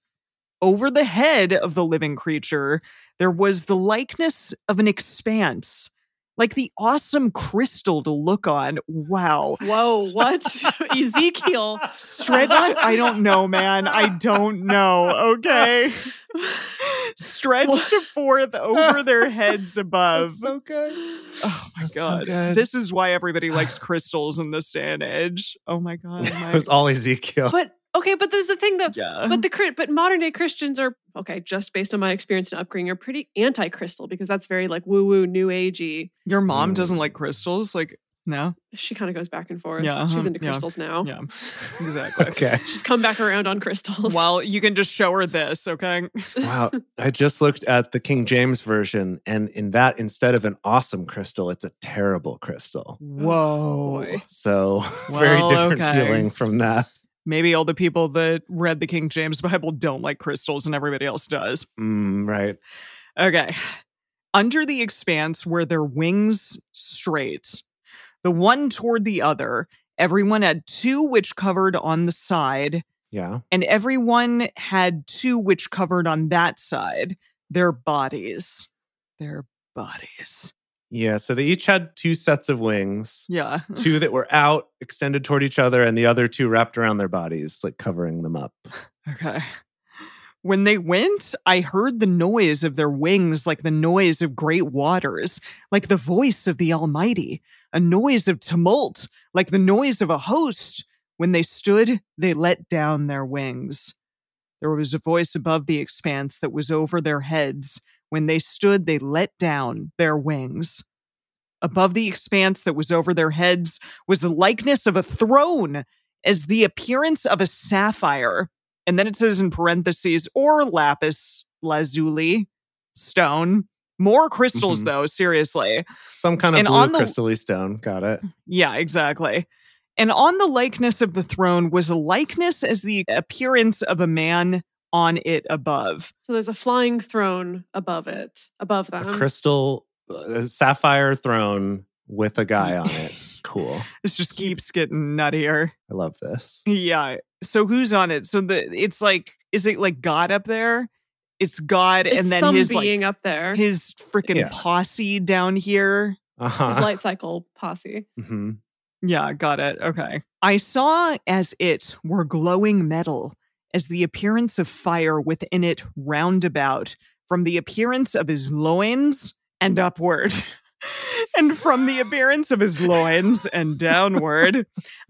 Speaker 2: Over the head of the living creature, there was the likeness of an expanse, like the awesome crystal to look on. Wow.
Speaker 3: Whoa, what? Ezekiel.
Speaker 2: Stretched, I don't know, man. I don't know. Okay. Stretched forth over their heads above.
Speaker 4: That's so good.
Speaker 2: Oh my
Speaker 4: That's so
Speaker 2: god.
Speaker 4: good.
Speaker 2: This is why everybody likes crystals in this day and age. Oh my god.
Speaker 4: It
Speaker 2: Mike.
Speaker 4: was all Ezekiel.
Speaker 3: But okay, but there's the thing though.
Speaker 2: yeah.
Speaker 3: But the Chri- but modern day Christians are okay, just based on my experience and upbringing, are pretty anti-crystal because that's very like woo woo new agey.
Speaker 2: Your mom
Speaker 4: Mm.
Speaker 2: doesn't like crystals? Like, no?
Speaker 3: She kind of goes back and forth.
Speaker 2: Yeah,
Speaker 3: She's
Speaker 2: uh-huh,
Speaker 3: into
Speaker 2: yeah,
Speaker 3: crystals now.
Speaker 2: Yeah. Exactly.
Speaker 4: Oh. Okay.
Speaker 3: She's come back around on crystals.
Speaker 2: Well, you can just show her this, okay?
Speaker 4: Wow. I just looked at the King James version, and in that, instead of an awesome crystal, it's a terrible crystal.
Speaker 2: Whoa.
Speaker 3: boy.
Speaker 4: So very
Speaker 2: Well,
Speaker 4: different
Speaker 2: okay.
Speaker 4: feeling from that.
Speaker 2: Maybe all the people that read the King James Bible don't like crystals and everybody else does.
Speaker 4: Mm, right.
Speaker 2: Okay. Under the expanse were their wings straight, the one toward the other. Everyone had two which covered on the side,
Speaker 4: Yeah.
Speaker 2: and everyone had two which covered on that side their bodies. Their bodies.
Speaker 4: Yeah. So they each had two sets of wings.
Speaker 2: Yeah.
Speaker 4: two that were out extended toward each other and the other two wrapped around their bodies like covering them up
Speaker 2: Okay. When they went, I heard the noise of their wings like the noise of great waters, like the voice of the Almighty, a noise of tumult, like the noise of a host. When they stood, they let down their wings. There was a voice above the expanse that was over their heads. When they stood, they let down their wings. Above the expanse that was over their heads was the likeness of a throne, as the appearance of a sapphire. And then it says in parentheses, or lapis lazuli, stone. More crystals,
Speaker 4: Mhm.
Speaker 2: though, seriously.
Speaker 4: some kind of
Speaker 2: And
Speaker 4: blue
Speaker 2: on the-
Speaker 4: crystally stone got it
Speaker 2: Yeah, exactly. And on the likeness of the throne was a likeness as the appearance of a man on it above.
Speaker 3: so there's a flying throne above it, above them.
Speaker 4: a
Speaker 2: Uh-huh.
Speaker 4: crystal a sapphire throne with a guy on it cool
Speaker 2: This just keeps getting nuttier.
Speaker 4: i love this
Speaker 2: Yeah. So who's on it? So the it's like, is it like God up there? It's God,
Speaker 3: It's
Speaker 2: and then
Speaker 3: some
Speaker 2: his
Speaker 3: being
Speaker 2: like
Speaker 3: up there. His
Speaker 2: his freaking
Speaker 4: Yeah.
Speaker 2: posse down here.
Speaker 4: uh-huh
Speaker 3: light cycle posse.
Speaker 4: hmm
Speaker 2: Yeah, got it. Okay. I saw as it were glowing metal, as the appearance of fire within it roundabout, from the appearance of his loins and upward. and from the appearance of his loins and downward,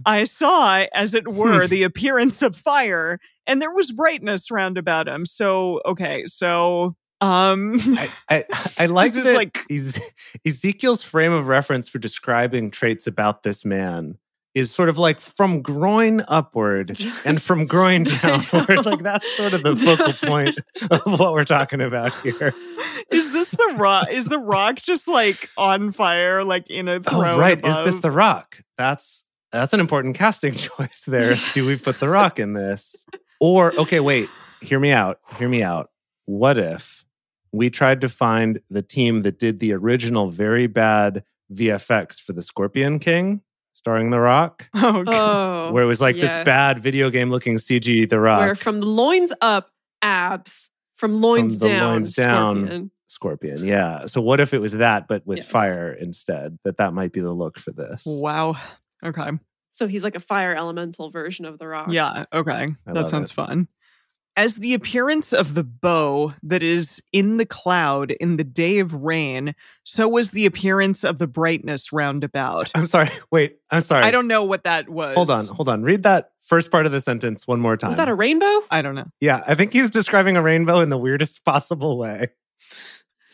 Speaker 2: I saw, as it
Speaker 4: Hmm.
Speaker 2: were, the appearance of fire, and there was brightness round about him. So, okay, so, um,
Speaker 4: I, I, I like
Speaker 2: This is
Speaker 4: that
Speaker 2: like-
Speaker 4: Ez- Ezekiel's frame of reference for describing traits about this man is sort of like from groin upward and from groin
Speaker 3: I know.
Speaker 4: downward. like that's sort of the focal point of what we're talking about here.
Speaker 2: is this the rock? Is the rock just like on fire, like in
Speaker 4: Oh,
Speaker 2: a throne?
Speaker 4: right.
Speaker 2: above?
Speaker 4: Is this the rock? That's that's an important casting choice there. is Do we put the rock in this? Or okay, wait, hear me out. Hear me out. What if we tried to find the team that did the original very bad VFX for the Scorpion King? starring The Rock,
Speaker 2: Oh, God.
Speaker 3: Oh,
Speaker 4: where it was like
Speaker 3: yes.
Speaker 4: this bad video game looking CG The Rock
Speaker 3: Where from the loins up, abs. From loins
Speaker 4: the
Speaker 3: down,
Speaker 4: loins down.
Speaker 3: scorpion.
Speaker 4: Scorpion. Yeah. So what if it was that, but with
Speaker 3: Yes.
Speaker 4: fire instead? That that might be the look for this.
Speaker 2: wow. Okay.
Speaker 3: So he's like a fire elemental version of the rock.
Speaker 2: Yeah. Okay.
Speaker 4: I
Speaker 2: that
Speaker 4: love
Speaker 2: sounds
Speaker 4: it.
Speaker 2: fun. As the appearance of the bow that is in the cloud in the day of rain, so was the appearance of the brightness roundabout.
Speaker 4: I'm sorry. Wait. I'm sorry.
Speaker 2: I don't know what that was.
Speaker 4: Hold on. Hold on. Read that first part of the sentence one more time.
Speaker 3: Was that a rainbow?
Speaker 2: I don't know.
Speaker 4: yeah, I think he's describing a rainbow in the weirdest possible way.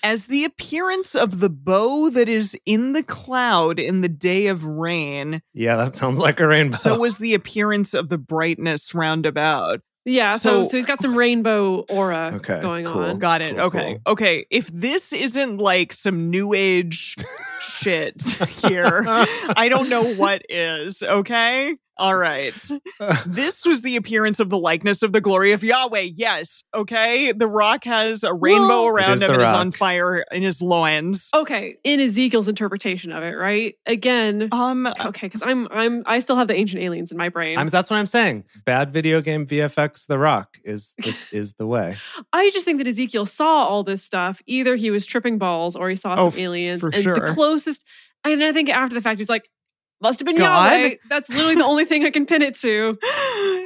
Speaker 2: As the appearance of the bow that is in the cloud in the day of rain,
Speaker 4: Yeah, that sounds like a rainbow.
Speaker 2: so was the appearance of the brightness roundabout.
Speaker 3: Yeah. So,
Speaker 2: So-
Speaker 3: so, he's got some rainbow aura
Speaker 4: Okay,
Speaker 3: going
Speaker 4: cool.
Speaker 3: on.
Speaker 2: Got it.
Speaker 4: Cool,
Speaker 2: okay. Okay. If this isn't like some new age shit here,
Speaker 3: Uh,
Speaker 2: I don't know what is. Okay. All right. This was the appearance of the likeness of the glory of Yahweh. Yes. Okay. The rock has a rainbow
Speaker 3: Well- It
Speaker 2: around
Speaker 4: is
Speaker 2: him
Speaker 4: the
Speaker 2: and is on
Speaker 4: rock. Oh.
Speaker 2: fire in his loins.
Speaker 3: Okay, in Ezekiel's interpretation of it, right? Again,
Speaker 2: Um,
Speaker 3: okay, because I'm I'm I still have the ancient aliens in my brain.
Speaker 4: I'm,
Speaker 3: i
Speaker 4: that's what I'm saying. Bad video game VFX. The Rock is the, is the way.
Speaker 3: just think that Ezekiel saw all this stuff. Either he was tripping balls or he saw
Speaker 2: Oh,
Speaker 3: some aliens.
Speaker 2: for
Speaker 3: and
Speaker 2: sure.
Speaker 3: the closest, and I think after the fact, he's like, "Must have been
Speaker 2: God?
Speaker 3: Yahweh." That's literally the only thing I can pin it to.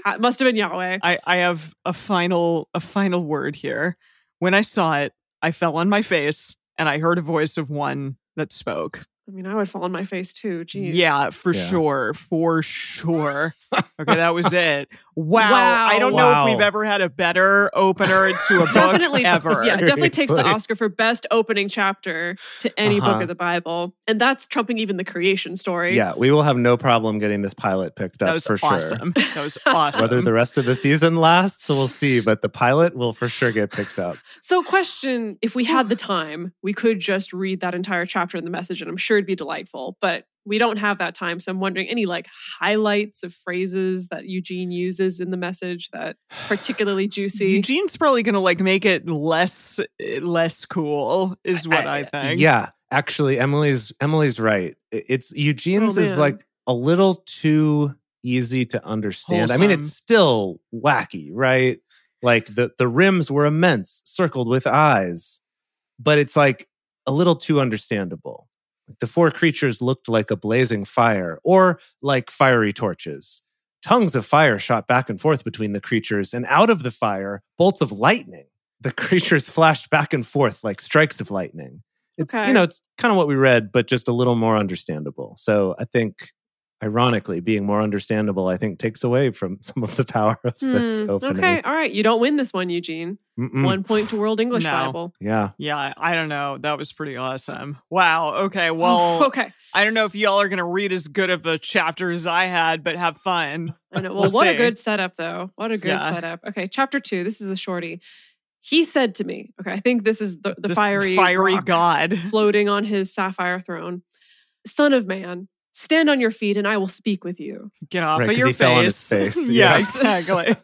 Speaker 3: Ah, Must have been Yahweh.
Speaker 2: I, I have a final a final word here. When I saw it, I fell on my face and I heard a voice of one that spoke.
Speaker 3: I mean, I would fall on my face too. Jeez.
Speaker 2: Yeah, for
Speaker 4: Yeah.
Speaker 2: sure. For sure. Okay, that was it. Wow.
Speaker 3: Wow.
Speaker 2: I don't know
Speaker 4: Wow.
Speaker 2: if we've ever had a better opener to a book
Speaker 3: Definitely,
Speaker 2: ever.
Speaker 3: yeah, definitely takes the
Speaker 4: Seriously.
Speaker 3: Oscar for best opening chapter to any
Speaker 4: Uh-huh.
Speaker 3: book of the Bible, and that's trumping even the creation story.
Speaker 4: Yeah, we will have no problem getting this pilot picked
Speaker 2: That
Speaker 4: up
Speaker 2: was
Speaker 4: for sure.
Speaker 2: awesome. That was awesome.
Speaker 4: Whether the rest of the season lasts, we'll see. But the pilot will for sure get picked up.
Speaker 3: So, question if we had the time, we could just read that entire chapter in the message, and I'm sure it'd be delightful, but we don't have that time. So, I'm wondering any like highlights of phrases that Eugene uses in the message that particularly juicy.
Speaker 2: Eugene's probably gonna like make it less less cool, is what
Speaker 3: uh,
Speaker 2: I, think.
Speaker 4: Yeah, actually, Emily's Emily's right. I- It's Eugene's
Speaker 2: Oh,
Speaker 4: is
Speaker 2: man.
Speaker 4: like a little too easy to understand. I mean,
Speaker 2: Wholesome.
Speaker 4: it's still wacky, right? Like the the rims were immense, circled with eyes, but it's like a little too understandable. The four creatures looked like a blazing fire or like fiery torches. Tongues of fire shot back and forth between the creatures, and out of the fire, bolts of lightning. The creatures flashed back and forth like strikes of lightning. It's
Speaker 3: Okay.
Speaker 4: you know, it's kind of what we read, but just a little more understandable. So I think ironically, being more understandable, I think takes away from some of the power of this
Speaker 3: Hmm,
Speaker 4: opening.
Speaker 3: okay, all right. You don't win this one, Eugene.
Speaker 4: Mm-mm.
Speaker 3: One point to World English
Speaker 2: Hmm. No.
Speaker 3: Bible.
Speaker 4: Yeah.
Speaker 2: Yeah, I don't know. That was pretty awesome. Wow. Okay. Well,
Speaker 3: okay.
Speaker 2: I don't know if y'all are going to read as good of a chapter as I had, but have fun.
Speaker 3: I know. Well,
Speaker 2: We'll
Speaker 3: what a
Speaker 2: see.
Speaker 3: good setup, though. What a good
Speaker 2: Yeah.
Speaker 3: setup. Okay, chapter two. This is a shorty. He said to me, okay, I think this is the, the
Speaker 2: This
Speaker 3: fiery
Speaker 2: fiery
Speaker 3: rock.
Speaker 2: god.
Speaker 3: floating on his sapphire throne. Son of man, stand on your feet and I will speak with you.
Speaker 2: Get off
Speaker 4: Right,
Speaker 2: of
Speaker 4: 'cause
Speaker 2: your
Speaker 4: he
Speaker 2: face.
Speaker 4: fell on his face.
Speaker 2: yeah,
Speaker 4: Yes.
Speaker 2: exactly.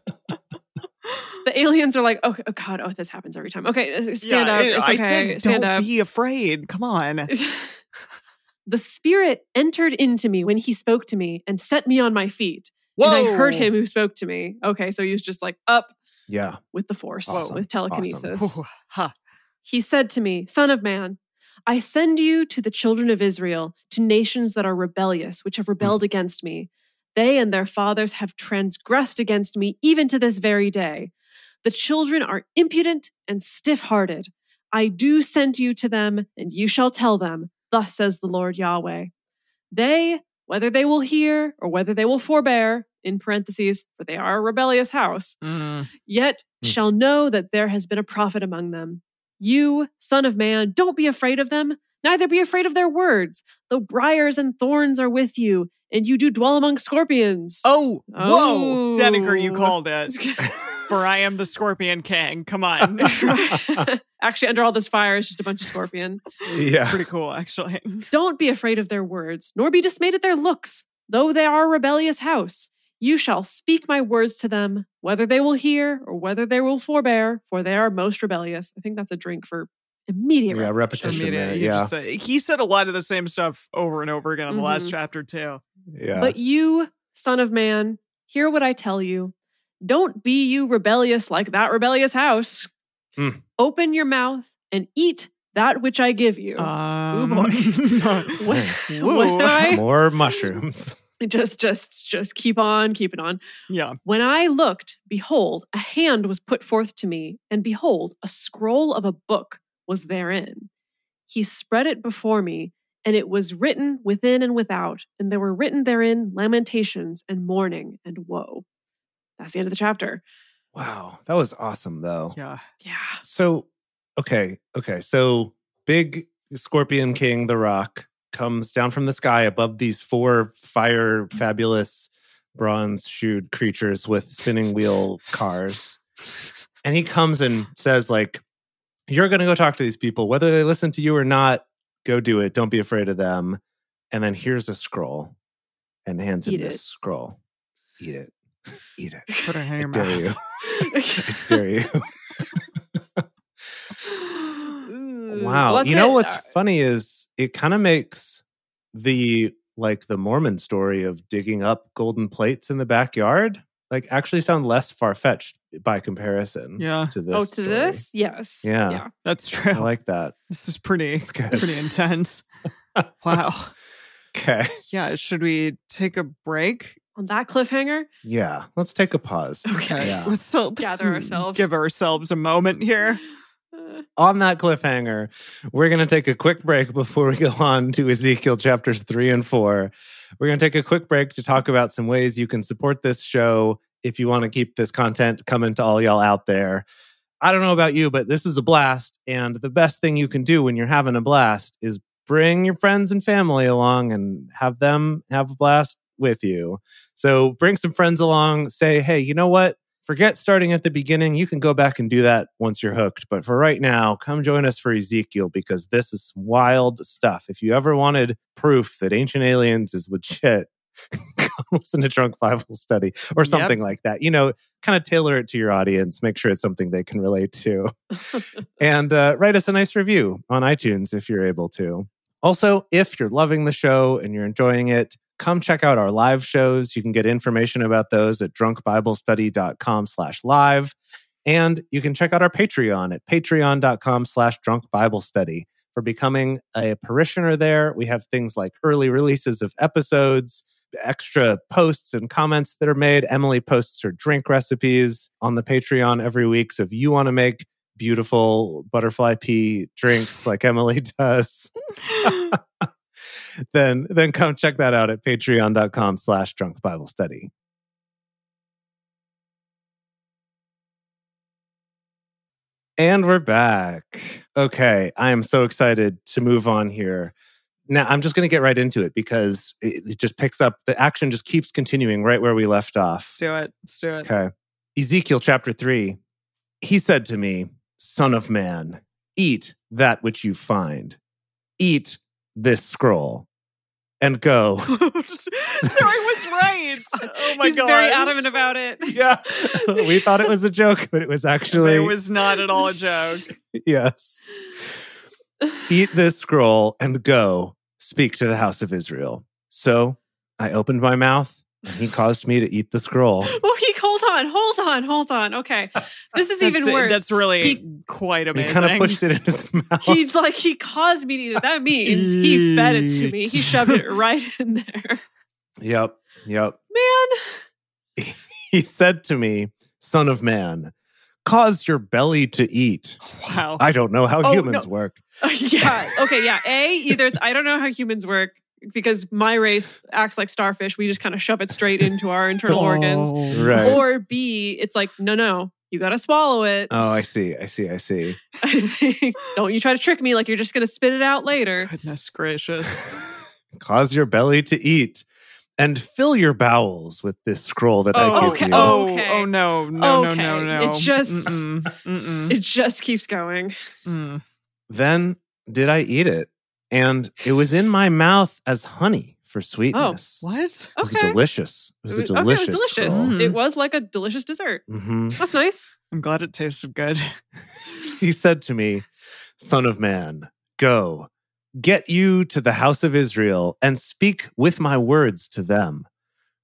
Speaker 3: The aliens are like, oh, oh God, oh, this happens every time. Okay, s- stand
Speaker 2: Yeah,
Speaker 3: up.
Speaker 2: it-
Speaker 3: It's
Speaker 2: I
Speaker 3: okay.
Speaker 2: said,
Speaker 3: stand
Speaker 2: don't
Speaker 3: up.
Speaker 2: be afraid. Come on.
Speaker 3: the spirit entered into me when he spoke to me and set me on my feet. And I heard him who spoke to me. Okay, so he was just like up
Speaker 4: Yeah.
Speaker 3: with the force,
Speaker 4: Awesome,
Speaker 3: with telekinesis.
Speaker 2: Whew, ha.
Speaker 3: He said to me, Son of man, I send you to the children of Israel, to nations that are rebellious, which have rebelled against me. They and their fathers have transgressed against me even to this very day. The children are impudent and stiff hearted. I do send you to them, and you shall tell them, Thus says the Lord Yahweh. They, whether they will hear or whether they will forbear, in parentheses, for they are a rebellious house,
Speaker 2: Mm.
Speaker 3: yet
Speaker 4: Hmm.
Speaker 3: shall know that there has been a prophet among them. You, son of man, don't be afraid of them, neither be afraid of their words, though briars and thorns are with you, and you do dwell among scorpions.
Speaker 2: Oh, whoa. Dedeker, you
Speaker 3: Oh.
Speaker 2: called it. For I am the Scorpion King. Come on.
Speaker 3: Actually, under all this fire is just a bunch of scorpion.
Speaker 2: It's
Speaker 4: Yeah.
Speaker 2: pretty cool, actually.
Speaker 3: Don't be afraid of their words, nor be dismayed at their looks, though they are a rebellious house. You shall speak my words to them, whether they will hear or whether they will forbear, for they are most rebellious. I think that's a drink for immediate
Speaker 4: Yeah, repetition there.
Speaker 2: Immediate- you
Speaker 4: Yeah.
Speaker 2: just say- he said a lot of the same stuff over and over again in the last
Speaker 3: Mhm.
Speaker 2: chapter, too.
Speaker 4: Yeah.
Speaker 3: But you, son of man, hear what I tell you. Don't be you rebellious like that rebellious house.
Speaker 4: Hmm.
Speaker 3: Open your mouth and eat that which I give you.
Speaker 4: Ah.
Speaker 2: Um,
Speaker 3: boy. what, what
Speaker 2: Whoa.
Speaker 3: I-
Speaker 4: More mushrooms.
Speaker 3: just, just, just keep on keeping on.
Speaker 2: yeah.
Speaker 3: When I looked, behold, a hand was put forth to me, and behold, a scroll of a book was therein. He spread it before me, and it was written within and without, and there were written therein lamentations and mourning and woe. That's the end of the chapter.
Speaker 4: Wow. That was awesome though.
Speaker 2: Yeah.
Speaker 3: Yeah.
Speaker 4: So, okay, okay. So, big Scorpion King, the Rock, comes down from the sky above these four fire fabulous bronze shoed creatures with spinning wheel cars, and he comes and says, "Like, you're going to go talk to these people, whether they listen to you or not. Go do it. Don't be afraid of them." And then here's a scroll, and hands him
Speaker 3: Eat
Speaker 4: this
Speaker 3: it.
Speaker 4: scroll. Eat it. Eat it.
Speaker 2: Put her in
Speaker 4: I
Speaker 2: your
Speaker 4: dare you.
Speaker 2: mouth.
Speaker 4: I dare you.
Speaker 3: Ooh,
Speaker 4: Wow.
Speaker 3: well,
Speaker 4: you
Speaker 3: that's
Speaker 4: know
Speaker 3: Mm, it.
Speaker 4: what's
Speaker 3: Uh,
Speaker 4: funny is it kind of makes the like the Mormon story of digging up golden plates in the backyard like actually sound less far fetched by comparison
Speaker 2: Yeah.
Speaker 4: to this.
Speaker 3: Oh, to
Speaker 4: story.
Speaker 3: this? Yes.
Speaker 4: Yeah.
Speaker 2: That's
Speaker 4: I
Speaker 2: true.
Speaker 4: like that.
Speaker 2: this is pretty
Speaker 4: It's good.
Speaker 2: pretty intense. wow.
Speaker 4: Okay.
Speaker 2: Yeah. Should we take a break?
Speaker 3: On that cliffhanger,
Speaker 4: Yeah. Let's take a pause.
Speaker 3: Okay.
Speaker 4: Yeah.
Speaker 2: Let's, let's
Speaker 3: Gather ourselves.
Speaker 2: Give ourselves a moment here.
Speaker 3: Uh,
Speaker 4: on that cliffhanger, we're going to take a quick break before we go on to Ezekiel chapters three and four. We're going to take a quick break to talk about some ways you can support this show if you want to keep this content coming to all y'all out there. I don't know about you, but this is a blast. And the best thing you can do when you're having a blast is bring your friends and family along and have them have a blast with you. So bring some friends along, say, hey, you know what? Forget starting at the beginning. You can go back and do that once you're hooked. But for right now, come join us for Ezekiel because this is wild stuff. If you ever wanted proof that Ancient Aliens is legit, come listen to Drunk Bible Study or
Speaker 2: Yep.
Speaker 4: something like that. You know, kind of tailor it to your audience, make sure it's something they can relate to. and uh, write us a nice review on iTunes if you're able to. Also, if you're loving the show and you're enjoying it, come check out our live shows. You can get information about those at drunkbiblestudy.com slash live. And you can check out our Patreon at patreon.com slash drunkbiblestudy. For becoming a parishioner there, we have things like early releases of episodes, extra posts and comments that are made. Emily posts her drink recipes on the Patreon every week. So if you want to make beautiful butterfly pea drinks like Emily does, then then come check that out at patreon.com slash drunk bible study and we're back okay i am so excited to move on here now i'm just going to get right into it because it, it just picks up the action just keeps continuing right where we left off
Speaker 2: Let's do it. Let's do it.
Speaker 4: Okay. Ezekiel chapter 3. He said to me, Son of man, eat that which you find, eat this scroll, and go.
Speaker 2: Sorry was right. Oh my
Speaker 3: He's
Speaker 2: god.
Speaker 3: very adamant about it.
Speaker 4: Yeah. we thought it was a joke, but it was actually.
Speaker 2: It was not at all a joke.
Speaker 4: yes. Eat this scroll and go speak to the house of Israel. So I opened my mouth, and he caused me to eat the scroll.
Speaker 3: Oh, he, hold on, hold on, hold on. Okay. This is even
Speaker 2: That's-
Speaker 3: worse.
Speaker 2: That's really
Speaker 3: He-
Speaker 2: quite
Speaker 4: He
Speaker 2: amazing.
Speaker 4: kind of pushed it in his mouth.
Speaker 3: He's like, he caused me to eat it. That means he fed it to me. He
Speaker 4: Eat.
Speaker 3: shoved it right in there.
Speaker 4: yep. Yep.
Speaker 3: Man.
Speaker 4: he said to me, Son of man, cause your belly to eat.
Speaker 2: wow.
Speaker 4: I don't know how
Speaker 2: Oh,
Speaker 4: humans
Speaker 2: no.
Speaker 4: work.
Speaker 3: Uh, yeah. Okay. Yeah. A, either it's, I don't know how humans work because my race acts like starfish. We just kind of shove it straight into our internal organs.
Speaker 2: Oh.
Speaker 4: Right.
Speaker 3: Or B, it's like, no, no, you got to swallow it.
Speaker 4: Oh, I see. I see. I see.
Speaker 3: I think, don't you try to trick me like you're just going to spit it out later.
Speaker 2: Goodness gracious.
Speaker 4: cause your belly to eat and fill your bowels with this scroll that I
Speaker 2: Oh,
Speaker 4: give
Speaker 3: okay.
Speaker 4: you.
Speaker 2: oh,
Speaker 3: Okay.
Speaker 2: oh no, no,
Speaker 3: Okay.
Speaker 2: no, no, no.
Speaker 3: It just-
Speaker 2: Mm-mm. Mm-mm.
Speaker 4: Mm-hmm.
Speaker 3: It just keeps going.
Speaker 2: Mm.
Speaker 4: Then did I eat it? And it was in my mouth as honey for sweetness.
Speaker 2: What?
Speaker 4: It was
Speaker 3: Okay.
Speaker 4: delicious. It was a delicious.
Speaker 3: Okay, it was delicious.
Speaker 4: Scroll.
Speaker 2: Mm.
Speaker 3: It was like a delicious dessert.
Speaker 4: Mm-hmm.
Speaker 3: That's nice.
Speaker 2: I'm glad it tasted good.
Speaker 4: he said to me, Son of man, go Get you to the house of Israel and speak with my words to them.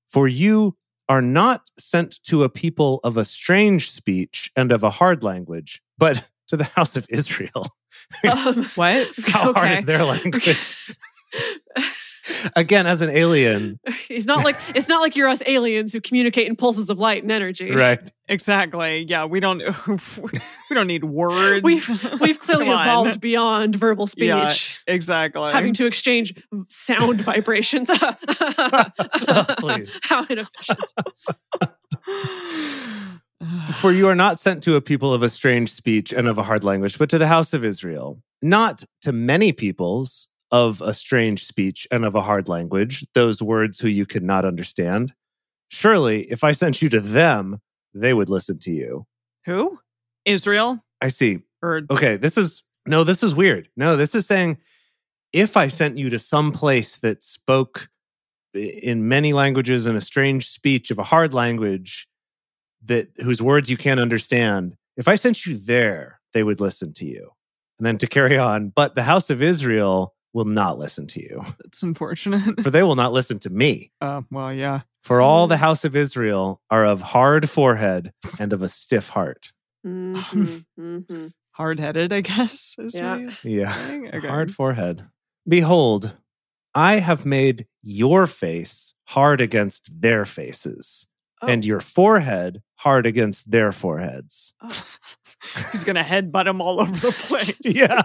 Speaker 4: For you are not sent to a people of a strange speech and of a hard language, but to the house of Israel.
Speaker 3: Um,
Speaker 2: What?
Speaker 4: How hard
Speaker 3: okay.
Speaker 4: is their language? Again, as an alien,
Speaker 3: It's not like it's not like you're us aliens who communicate in pulses of light and energy.
Speaker 4: right?
Speaker 2: Exactly. Yeah, we don't we don't need words.
Speaker 3: We've we've clearly
Speaker 2: Come on.
Speaker 3: evolved beyond verbal speech.
Speaker 2: Yeah, exactly.
Speaker 3: Having to exchange sound vibrations.
Speaker 4: please.
Speaker 3: How inefficient.
Speaker 4: For you are not sent to a people of a strange speech and of a hard language, but to the house of Israel, not to many peoples of a strange speech and of a hard language, those words who you could not understand. Surely, if I sent you to them, they would listen to you.
Speaker 2: Who? Israel
Speaker 4: I see.
Speaker 2: or
Speaker 4: Okay, this is no, this is weird. No, this is saying if I sent you to some place that spoke i- in many languages and a strange speech of a hard language that whose words you can't understand, if I sent you there, they would listen to you. And then to carry on, but the house of Israel will not listen to you,
Speaker 2: that's unfortunate.
Speaker 4: for they will not listen to me.
Speaker 2: Uh, well, yeah.
Speaker 4: For all the house of Israel are of hard forehead and of a stiff heart.
Speaker 3: Mhm, mhm.
Speaker 2: Hard-headed, I guess. Is what
Speaker 3: Yeah.
Speaker 2: he's
Speaker 4: Yeah.
Speaker 2: saying.
Speaker 4: A
Speaker 2: Okay.
Speaker 4: Hard forehead. Behold, I have made your face hard against their faces,
Speaker 3: Oh,
Speaker 4: and your forehead hard against their foreheads.
Speaker 3: oh.
Speaker 2: He's gonna headbutt him all over the place.
Speaker 4: Yeah.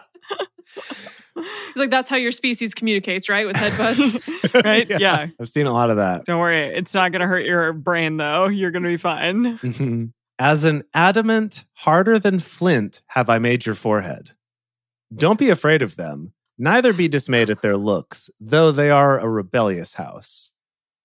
Speaker 3: It's like that's how your species communicates, right? With headbutts.
Speaker 2: Right? Yeah.
Speaker 4: I've seen a lot of that.
Speaker 2: Don't worry, it's not gonna hurt your brain though. You're gonna be fine.
Speaker 4: Mhm. As an adamant, harder than flint, have I made your forehead. Don't be afraid of them, neither be dismayed at their looks, though they are a rebellious house.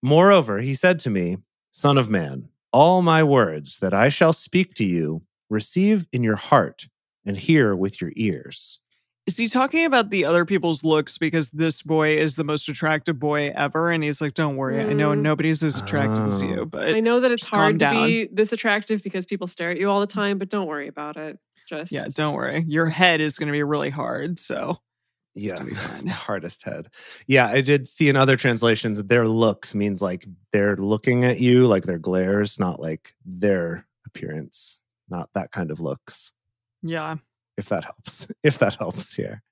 Speaker 4: Moreover, he said to me, Son of man, all my words that I shall speak to you, receive in your heart and hear with your ears.
Speaker 2: Is he talking about the other people's looks because this boy is the most attractive boy ever? And he's like, Don't worry, I know
Speaker 3: Mm.
Speaker 2: nobody's as attractive as
Speaker 4: Oh.
Speaker 2: you, but
Speaker 3: I know that it's
Speaker 2: Just calm
Speaker 3: hard to be this attractive because people stare at you all the time, but don't worry about it. Just
Speaker 2: yeah, don't worry. Your head is gonna be really hard. So
Speaker 4: Yeah,
Speaker 2: gonna be fun.
Speaker 4: hardest head. Yeah, I did see in other translations their looks means like they're looking at you, like their glares, not like their appearance, not that kind of looks.
Speaker 2: yeah.
Speaker 4: If that helps, if that helps here.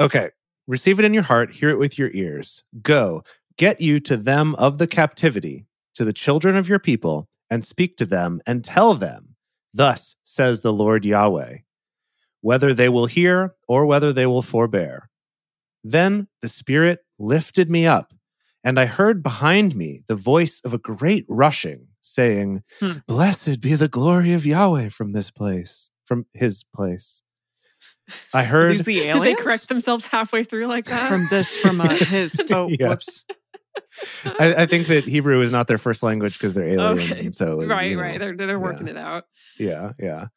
Speaker 4: Okay, receive it in your heart, hear it with your ears. Go, get you to them of the captivity, to the children of your people, and speak to them and tell them, Thus says the Lord Yahweh, whether they will hear or whether they will forbear. Then the Spirit lifted me up, and I heard behind me the voice of a great rushing, saying,
Speaker 2: Hmm.
Speaker 4: Blessed be the glory of Yahweh from this place, from his place. I heard
Speaker 2: He's the
Speaker 3: Did
Speaker 2: alien.
Speaker 3: they correct themselves halfway through like that?
Speaker 2: from this from uh, his oh
Speaker 4: Yes.
Speaker 2: whoops.
Speaker 4: I, I think that Hebrew is not their first language because they're aliens,
Speaker 3: Okay.
Speaker 4: and so is,
Speaker 3: right,
Speaker 4: you know,
Speaker 3: right. They're they're working it out.
Speaker 4: yeah, yeah.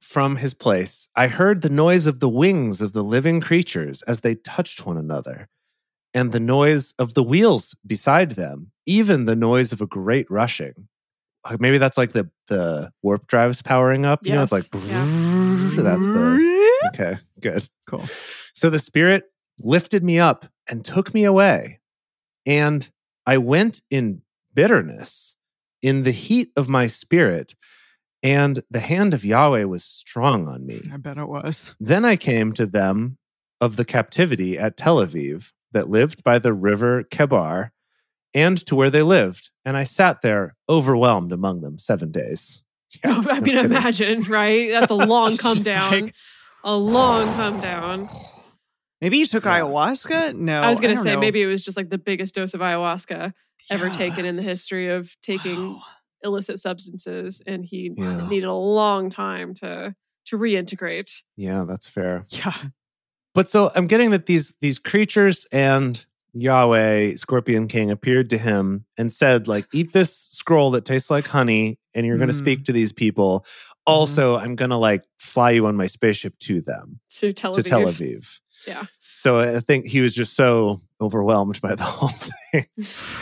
Speaker 4: From his place, I heard the noise of the wings of the living creatures as they touched one another, and the noise of the wheels beside them, even the noise of a great rushing. Uh, Maybe that's like the the warp drives powering up. You know, it's like
Speaker 3: Yes,
Speaker 4: that's the okay, good.
Speaker 2: cool.
Speaker 4: So the Spirit lifted me up and took me away. And I went in bitterness, in the heat of my spirit, and the hand of Yahweh was strong on me.
Speaker 2: I bet it was.
Speaker 4: Then I came to them of the captivity at Tel Aviv that lived by the river Kebar and to where they lived. And I sat there overwhelmed among them seven days. Yeah,
Speaker 3: I
Speaker 4: no
Speaker 3: mean,
Speaker 4: kidding.
Speaker 3: imagine, right? That's a long come
Speaker 2: Just
Speaker 3: down.
Speaker 2: like-
Speaker 3: a long come down.
Speaker 2: Maybe you took
Speaker 4: Yeah.
Speaker 2: ayahuasca? No.
Speaker 3: I was gonna
Speaker 2: Oh, don't
Speaker 3: say
Speaker 2: know.
Speaker 3: maybe it was just like the biggest dose of ayahuasca ever
Speaker 2: Yeah.
Speaker 3: taken in the history of taking
Speaker 2: Wow.
Speaker 3: illicit substances, and he
Speaker 4: Yeah.
Speaker 3: needed a long time to to reintegrate.
Speaker 4: Yeah, that's fair.
Speaker 2: Yeah.
Speaker 4: But so I'm getting that these these creatures and Yahweh, Scorpion King, appeared to him and said, like, eat this scroll that tastes like honey, and you're gonna
Speaker 2: Mm. Mm-hmm.
Speaker 4: speak to these people. Also, I'm gonna like fly you on my spaceship to them,
Speaker 3: To Tel Aviv.
Speaker 4: to Tel Aviv.
Speaker 3: Yeah.
Speaker 4: So I think he was just so overwhelmed by the whole thing.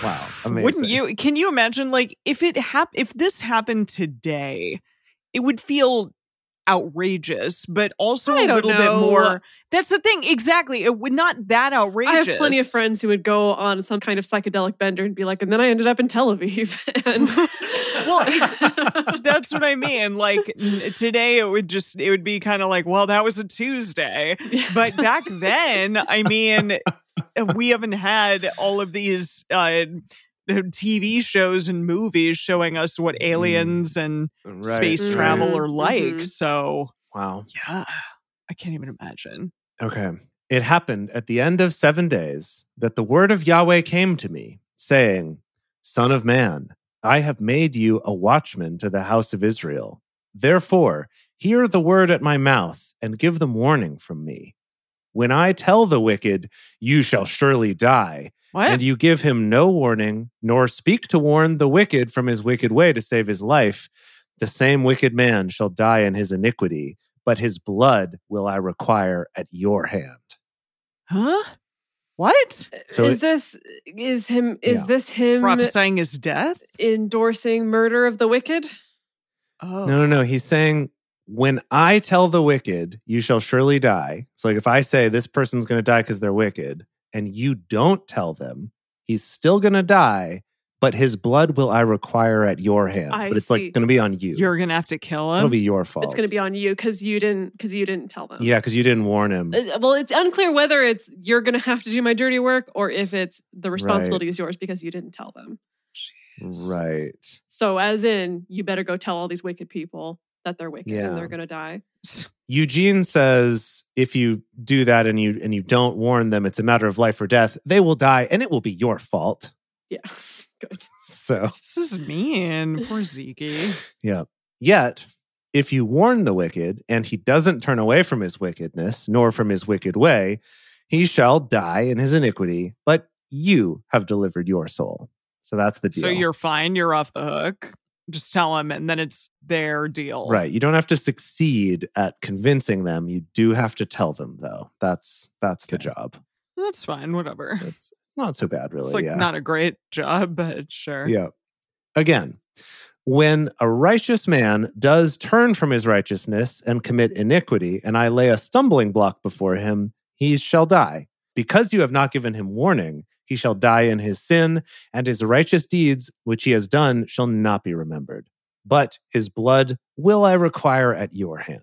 Speaker 4: wow. Amazing.
Speaker 2: Wouldn't you? Can you imagine? Like, if it hap- if this happened today, it would feel outrageous, but also
Speaker 3: I
Speaker 2: a
Speaker 3: don't
Speaker 2: little bit
Speaker 3: know.
Speaker 2: more. That's the thing, exactly. It would not that outrageous.
Speaker 3: I have plenty of friends who would go on some kind of psychedelic bender and be like, and then I ended up in Tel Aviv. and
Speaker 2: Well, it's- That's what I mean. Like n- today, it would just it would be kind of like, well, that was a Tuesday, but back then, I mean, uh, we haven't had all of these uh, TV shows and movies showing us what
Speaker 3: Mm.
Speaker 2: aliens and
Speaker 4: Right,
Speaker 2: space
Speaker 4: right.
Speaker 2: travel are
Speaker 3: Mhm,
Speaker 2: like.
Speaker 3: mhm.
Speaker 2: So
Speaker 4: Wow.
Speaker 2: yeah, I can't even imagine.
Speaker 4: Okay. It happened at the end of seven days that the word of Yahweh came to me, saying, Son of man, I have made you a watchman to the house of Israel. Therefore, hear the word at my mouth and give them warning from me. When I tell the wicked, You shall surely die,
Speaker 3: Oh,
Speaker 2: What?
Speaker 4: and you give him no warning, nor speak to warn the wicked from his wicked way to save his life, the same wicked man shall die in his iniquity, but his blood will I require at your hand.
Speaker 2: huh? What?
Speaker 4: So
Speaker 3: is
Speaker 4: it-
Speaker 3: this is him is
Speaker 4: Yeah.
Speaker 3: this him
Speaker 2: Prophesying his death?
Speaker 3: endorsing murder of the wicked?
Speaker 2: Oh,
Speaker 4: No, no, no. He's saying, when I tell the wicked, you shall surely die. So, like, if I say this person's going to die because they're wicked, and you don't tell them, he's still going to die, but his blood will I require at your hand.
Speaker 3: I
Speaker 4: but it's
Speaker 3: see.
Speaker 4: like going to be on you.
Speaker 2: you're gonna have to kill
Speaker 4: It'll
Speaker 2: him.
Speaker 4: be your fault.
Speaker 3: It's going to be on you because you didn't because you didn't tell them.
Speaker 4: Yeah, because you didn't warn him.
Speaker 3: Uh, Well, it's unclear whether it's you're going to have to do my dirty work or if it's the responsibility is yours because you didn't tell them.
Speaker 4: Right.
Speaker 3: So, as in, you better go tell all these wicked people that they're wicked
Speaker 4: Yeah.
Speaker 3: and they're going to die.
Speaker 4: Eugene says if you do that and you and you don't warn them, it's a matter of life or death. They will die, and it will be your fault.
Speaker 3: Yeah, good.
Speaker 4: So
Speaker 2: this is mean. Poor Zeke.
Speaker 4: yeah. Yet, if you warn the wicked and he doesn't turn away from his wickedness nor from his wicked way, he shall die in his iniquity. But you have delivered your soul. So that's the deal.
Speaker 2: So you're fine. You're off the hook. Just tell them, and then it's their deal.
Speaker 4: right. You don't have to succeed at convincing them. You do have to tell them, though. That's that's the
Speaker 2: Okay.
Speaker 4: job.
Speaker 2: That's fine. Whatever.
Speaker 4: It's not so bad, really.
Speaker 2: it's like
Speaker 4: yeah.
Speaker 2: not a great job, but sure.
Speaker 4: Yeah. Again, when a righteous man does turn from his righteousness and commit iniquity, and I lay a stumbling block before him, he shall die. Because you have not given him warning, he shall die in his sin, and his righteous deeds, which he has done, shall not be remembered. But his blood will I require at your hand.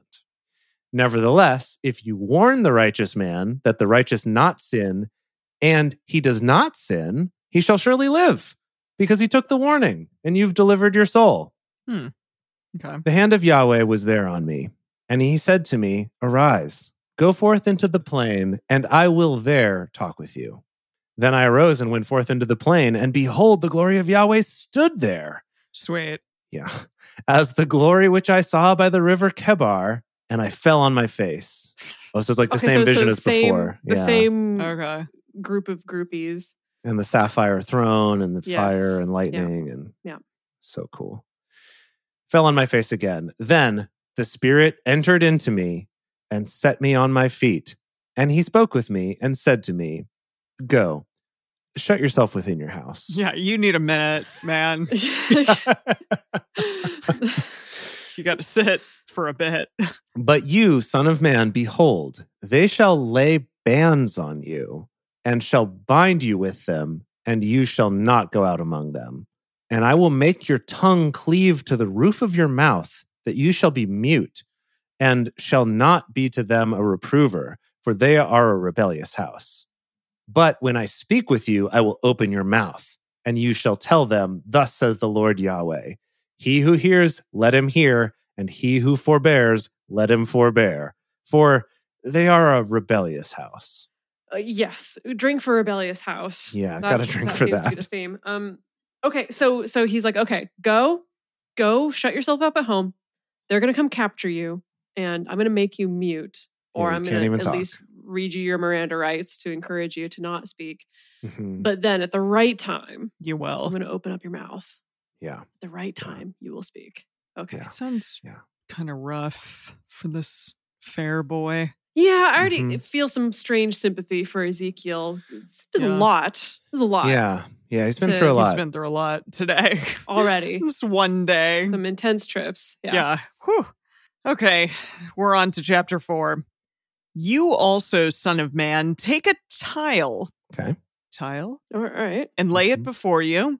Speaker 4: Nevertheless, if you warn the righteous man that the righteous not sin, and he does not sin, he shall surely live because he took the warning and you've delivered your soul.
Speaker 2: Okay.
Speaker 4: The hand of Yahweh was there on me, and he said to me, Arise, go forth into the plain, and I will there talk with you. Then I arose and went forth into the plain, and behold, the glory of Yahweh stood there.
Speaker 2: Sweet.
Speaker 4: Yeah. As the glory which I saw by the river Kebar, and I fell on my face. Oh, so it's like the same
Speaker 3: it's
Speaker 4: vision
Speaker 3: the
Speaker 4: as
Speaker 3: same-
Speaker 4: before.
Speaker 3: The
Speaker 4: yeah.
Speaker 3: same
Speaker 2: Okay.
Speaker 3: group of groupies.
Speaker 4: and the sapphire throne and the
Speaker 3: Yes.
Speaker 4: fire and lightning and
Speaker 3: Yeah.
Speaker 4: so cool fell on my face again then the spirit entered into me and set me on my feet and he spoke with me and said to me go shut yourself within your house
Speaker 2: Yeah. You need a minute, man. You got to sit for a bit.
Speaker 4: But you, son of man, behold, they shall lay bands on you, and shall bind you with them, and you shall not go out among them. And I will make your tongue cleave to the roof of your mouth, that you shall be mute, and shall not be to them a reprover, for they are a rebellious house. But when I speak with you, I will open your mouth, and you shall tell them, Thus says the Lord Yahweh He who hears, let him hear, and he who forbears, let him forbear. For they are a rebellious house.
Speaker 3: Uh, yes, drink for rebellious house.
Speaker 4: Yeah, gotta drink
Speaker 3: that
Speaker 4: for
Speaker 3: seems To be
Speaker 4: that.
Speaker 3: the theme. Um, okay, so so he's like, okay, go, go, shut yourself up at home. They're gonna come capture you, and I'm gonna make you mute, or
Speaker 4: Yeah, you
Speaker 3: I'm
Speaker 4: can't
Speaker 3: gonna
Speaker 4: even
Speaker 3: at
Speaker 4: talk.
Speaker 3: least read you your Miranda rights to encourage you to not speak.
Speaker 4: Mhm.
Speaker 3: But then at the right time,
Speaker 2: You
Speaker 3: I'm
Speaker 2: will.
Speaker 3: gonna open up your mouth.
Speaker 4: Oh. Yeah.
Speaker 3: At the right time, you will speak. Okay.
Speaker 4: Yeah.
Speaker 3: Yeah,
Speaker 2: It sounds
Speaker 4: Yeah.
Speaker 2: kind of rough for this fair boy.
Speaker 3: I already
Speaker 4: Mhm.
Speaker 3: feel some strange sympathy for Ezekiel. It's been
Speaker 2: Yeah.
Speaker 3: a lot. It's a lot
Speaker 4: Yeah. Yeah. He's been
Speaker 3: To-
Speaker 4: through a
Speaker 3: he's
Speaker 4: lot.
Speaker 2: He's been through a lot today.
Speaker 3: already.
Speaker 2: Just one day.
Speaker 3: Some intense trips.
Speaker 2: yeah. Whew. Okay, we're on to chapter four. You also, son of man, take a tile,
Speaker 4: Okay.
Speaker 2: tile,
Speaker 3: All right.
Speaker 2: and lay it
Speaker 4: Mhm.
Speaker 2: before you,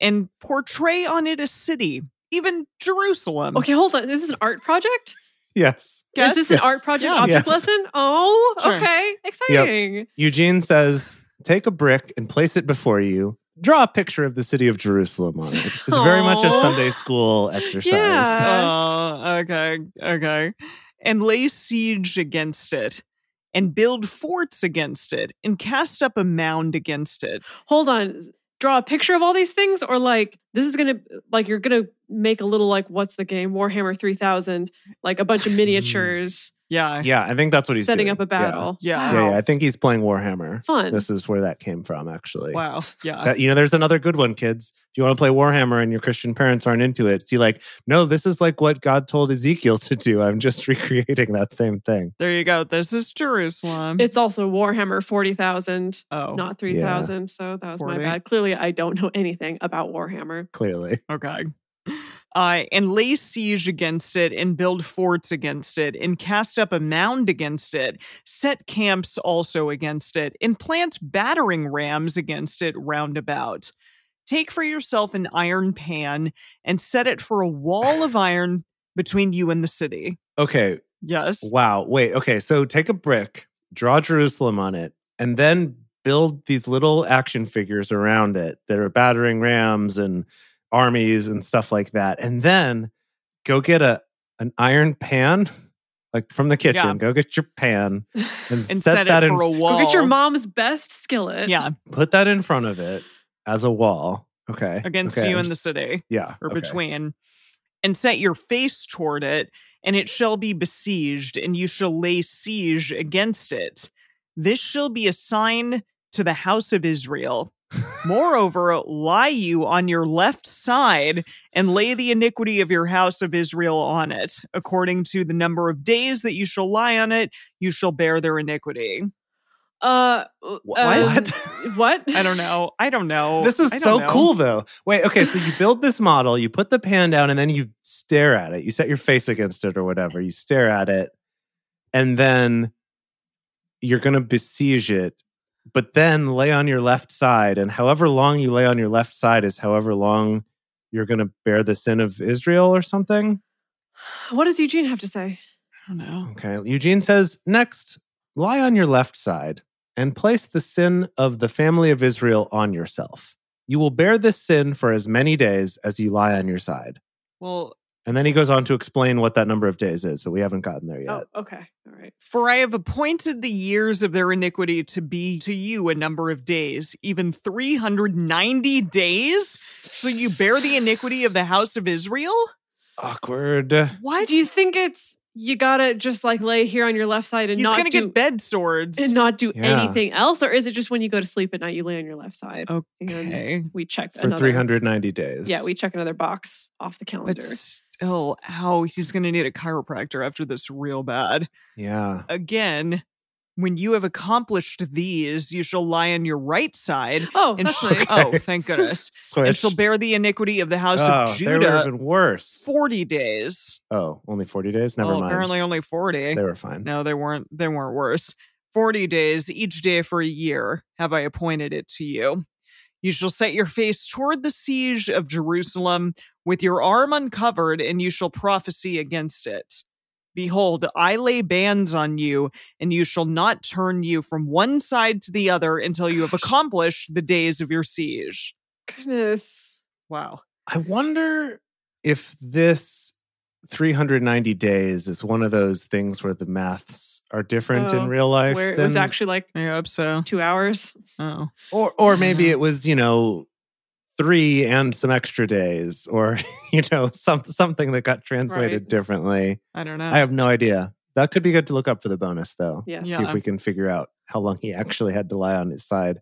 Speaker 2: and portray on it a city, even
Speaker 4: Mm.
Speaker 2: Jerusalem.
Speaker 3: Okay, hold on. Is this an art project?
Speaker 4: Yes.
Speaker 2: Guess?
Speaker 3: Is this
Speaker 4: Yes.
Speaker 3: an art project
Speaker 2: Yeah.
Speaker 4: Yes.
Speaker 3: object lesson? Oh,
Speaker 2: Sure.
Speaker 3: okay. Exciting.
Speaker 4: Eugene says, take a brick and place it before you. Draw a picture of the city of Jerusalem on it. It's very much a
Speaker 3: Aw.
Speaker 4: Sunday school exercise.
Speaker 3: Yeah.
Speaker 2: Oh, okay, okay. And lay siege against it, and build forts against it, and cast up a mound against it.
Speaker 3: Hold on. Draw a picture of all these things, or like this is gonna like you're gonna make a little like what's the game Warhammer 3000 like a bunch of miniatures
Speaker 2: Yeah,
Speaker 4: Yeah, I think that's what he's
Speaker 3: setting
Speaker 4: doing.
Speaker 3: up a
Speaker 4: Yeah.
Speaker 3: battle.
Speaker 2: Yeah.
Speaker 4: Yeah. yeah,
Speaker 3: Wow.
Speaker 4: I think he's playing Warhammer.
Speaker 3: fun.
Speaker 4: This is where that came from, actually.
Speaker 2: wow, yeah.
Speaker 4: That- you know, there's another good one, kids. If you want to play Warhammer and your Christian parents aren't into it, see, like, no, this is like what God told Ezekiel to do. I'm just recreating that same thing.
Speaker 2: there you go. This is Jerusalem.
Speaker 3: It's also Warhammer 40,000,
Speaker 2: oh,
Speaker 3: not 3,000. So that was my
Speaker 2: 40.
Speaker 3: bad. Clearly, I don't know anything about Warhammer.
Speaker 4: Clearly,
Speaker 2: Okay. Uh, and lay siege against it and build forts against it and cast up a mound against it, set camps also against it, and plant battering rams against it roundabout. Take for yourself an iron pan and set it for a wall of iron between you and the city.
Speaker 4: okay.
Speaker 2: Yes.
Speaker 4: Wow. Wait. Okay. So take a brick, draw Jerusalem on it, and then build these little action figures around it that are battering rams and armies and stuff like that. And then go get a an iron pan, like from the kitchen.
Speaker 2: Yeah.
Speaker 4: Go get your pan
Speaker 3: Go
Speaker 4: and,
Speaker 2: And
Speaker 4: set,
Speaker 2: set,
Speaker 4: that
Speaker 2: it
Speaker 4: in.
Speaker 2: for a wall.
Speaker 3: get your mom's best skillet.
Speaker 2: Yeah,
Speaker 4: Put that in front of it as a wall. Okay.
Speaker 2: against
Speaker 4: Okay,
Speaker 2: you
Speaker 4: I'm
Speaker 2: and the
Speaker 4: s-
Speaker 2: city.
Speaker 4: yeah
Speaker 2: or
Speaker 4: okay.
Speaker 2: between, and set your face toward it, and it shall be besieged, and you shall lay siege against it. This shall be a sign to the house of Israel. Moreover, lie you on your left side and lay the iniquity of your house of Israel on it. According to the number of days that you shall lie on it, you shall bear their iniquity.
Speaker 3: Uh,
Speaker 4: Wh-
Speaker 3: um,
Speaker 4: what?
Speaker 3: What?
Speaker 2: I don't know. I don't know.
Speaker 4: This is
Speaker 2: I don't
Speaker 4: so
Speaker 2: know.
Speaker 4: cool, though. Wait, okay, so you build this model, you put the pan down, and then you stare at it. You set your face against it or whatever. You stare at it, and then you're going to besiege it, but then lay on your left side. And however long you lay on your left side is however long you're going to bear the sin of Israel or something.
Speaker 3: What does Eugene have to
Speaker 2: I
Speaker 3: say?
Speaker 2: don't know.
Speaker 4: Okay. Eugene says, next, lie on your left side and place the sin of the family of Israel on yourself. You will bear this sin for as many days as you lie on your side.
Speaker 2: Well,
Speaker 4: And then he goes on to explain what that number of days is, but we haven't gotten there yet.
Speaker 3: Oh, okay. All right.
Speaker 2: For I have appointed the years of their iniquity to be to you a number of days, even 390 days. So you bear the iniquity of the house of Israel?
Speaker 4: Awkward.
Speaker 2: What?
Speaker 3: Do you think it's you gotta just like lay here on your left side and
Speaker 2: He's
Speaker 3: not
Speaker 2: going to
Speaker 3: do
Speaker 2: get bed swords.
Speaker 3: and not do
Speaker 4: Yeah.
Speaker 3: anything else, or is it just when you go to sleep at night you lay on your left
Speaker 2: Oh.
Speaker 3: side? And
Speaker 2: Okay.
Speaker 3: we checked
Speaker 4: For
Speaker 3: another-
Speaker 4: 390 days.
Speaker 3: Yeah, we check another box off the calendar.
Speaker 2: But still, ow, he's going to need a chiropractor after this real bad.
Speaker 4: Yeah.
Speaker 2: Again, when you have accomplished these, you shall lie on your right side.
Speaker 3: oh,
Speaker 2: And
Speaker 3: that's
Speaker 2: sh-
Speaker 3: nice.
Speaker 2: Oh, thank goodness. and
Speaker 4: Switch.
Speaker 2: shall bear the iniquity of the house
Speaker 4: oh,
Speaker 2: of
Speaker 4: they were
Speaker 2: Judah
Speaker 4: even worse.
Speaker 2: 40 days.
Speaker 4: Oh, only 40 days? Never
Speaker 2: oh,
Speaker 4: mind.
Speaker 2: apparently only 40.
Speaker 4: They were fine.
Speaker 2: No, they weren't. They weren't worse. Forty days, each day for a year, have I appointed it to you. You shall set your face toward the siege of Jerusalem with your arm uncovered, and you shall prophesy against it. Behold, I lay bans on you, and you shall not turn you from one side to the other until you have
Speaker 3: Gosh.
Speaker 2: accomplished the days of your siege.
Speaker 3: Goodness.
Speaker 2: Wow.
Speaker 4: I wonder if this 390 days is one of those things where the maths are different
Speaker 3: Oh,
Speaker 4: in real life
Speaker 3: Where it
Speaker 4: than-
Speaker 3: was actually like
Speaker 2: I hope so.
Speaker 3: two hours.
Speaker 2: Oh.
Speaker 4: or or maybe
Speaker 2: Yeah.
Speaker 4: it was, you know, 3 and some extra days or you know, some something that got translated
Speaker 3: Right.
Speaker 4: differently.
Speaker 2: I don't know.
Speaker 4: I have no idea. That could be good to look up for the bonus though.
Speaker 3: Yes.
Speaker 4: See
Speaker 2: Yeah.
Speaker 4: if we can figure out how long he actually had to lie on his side.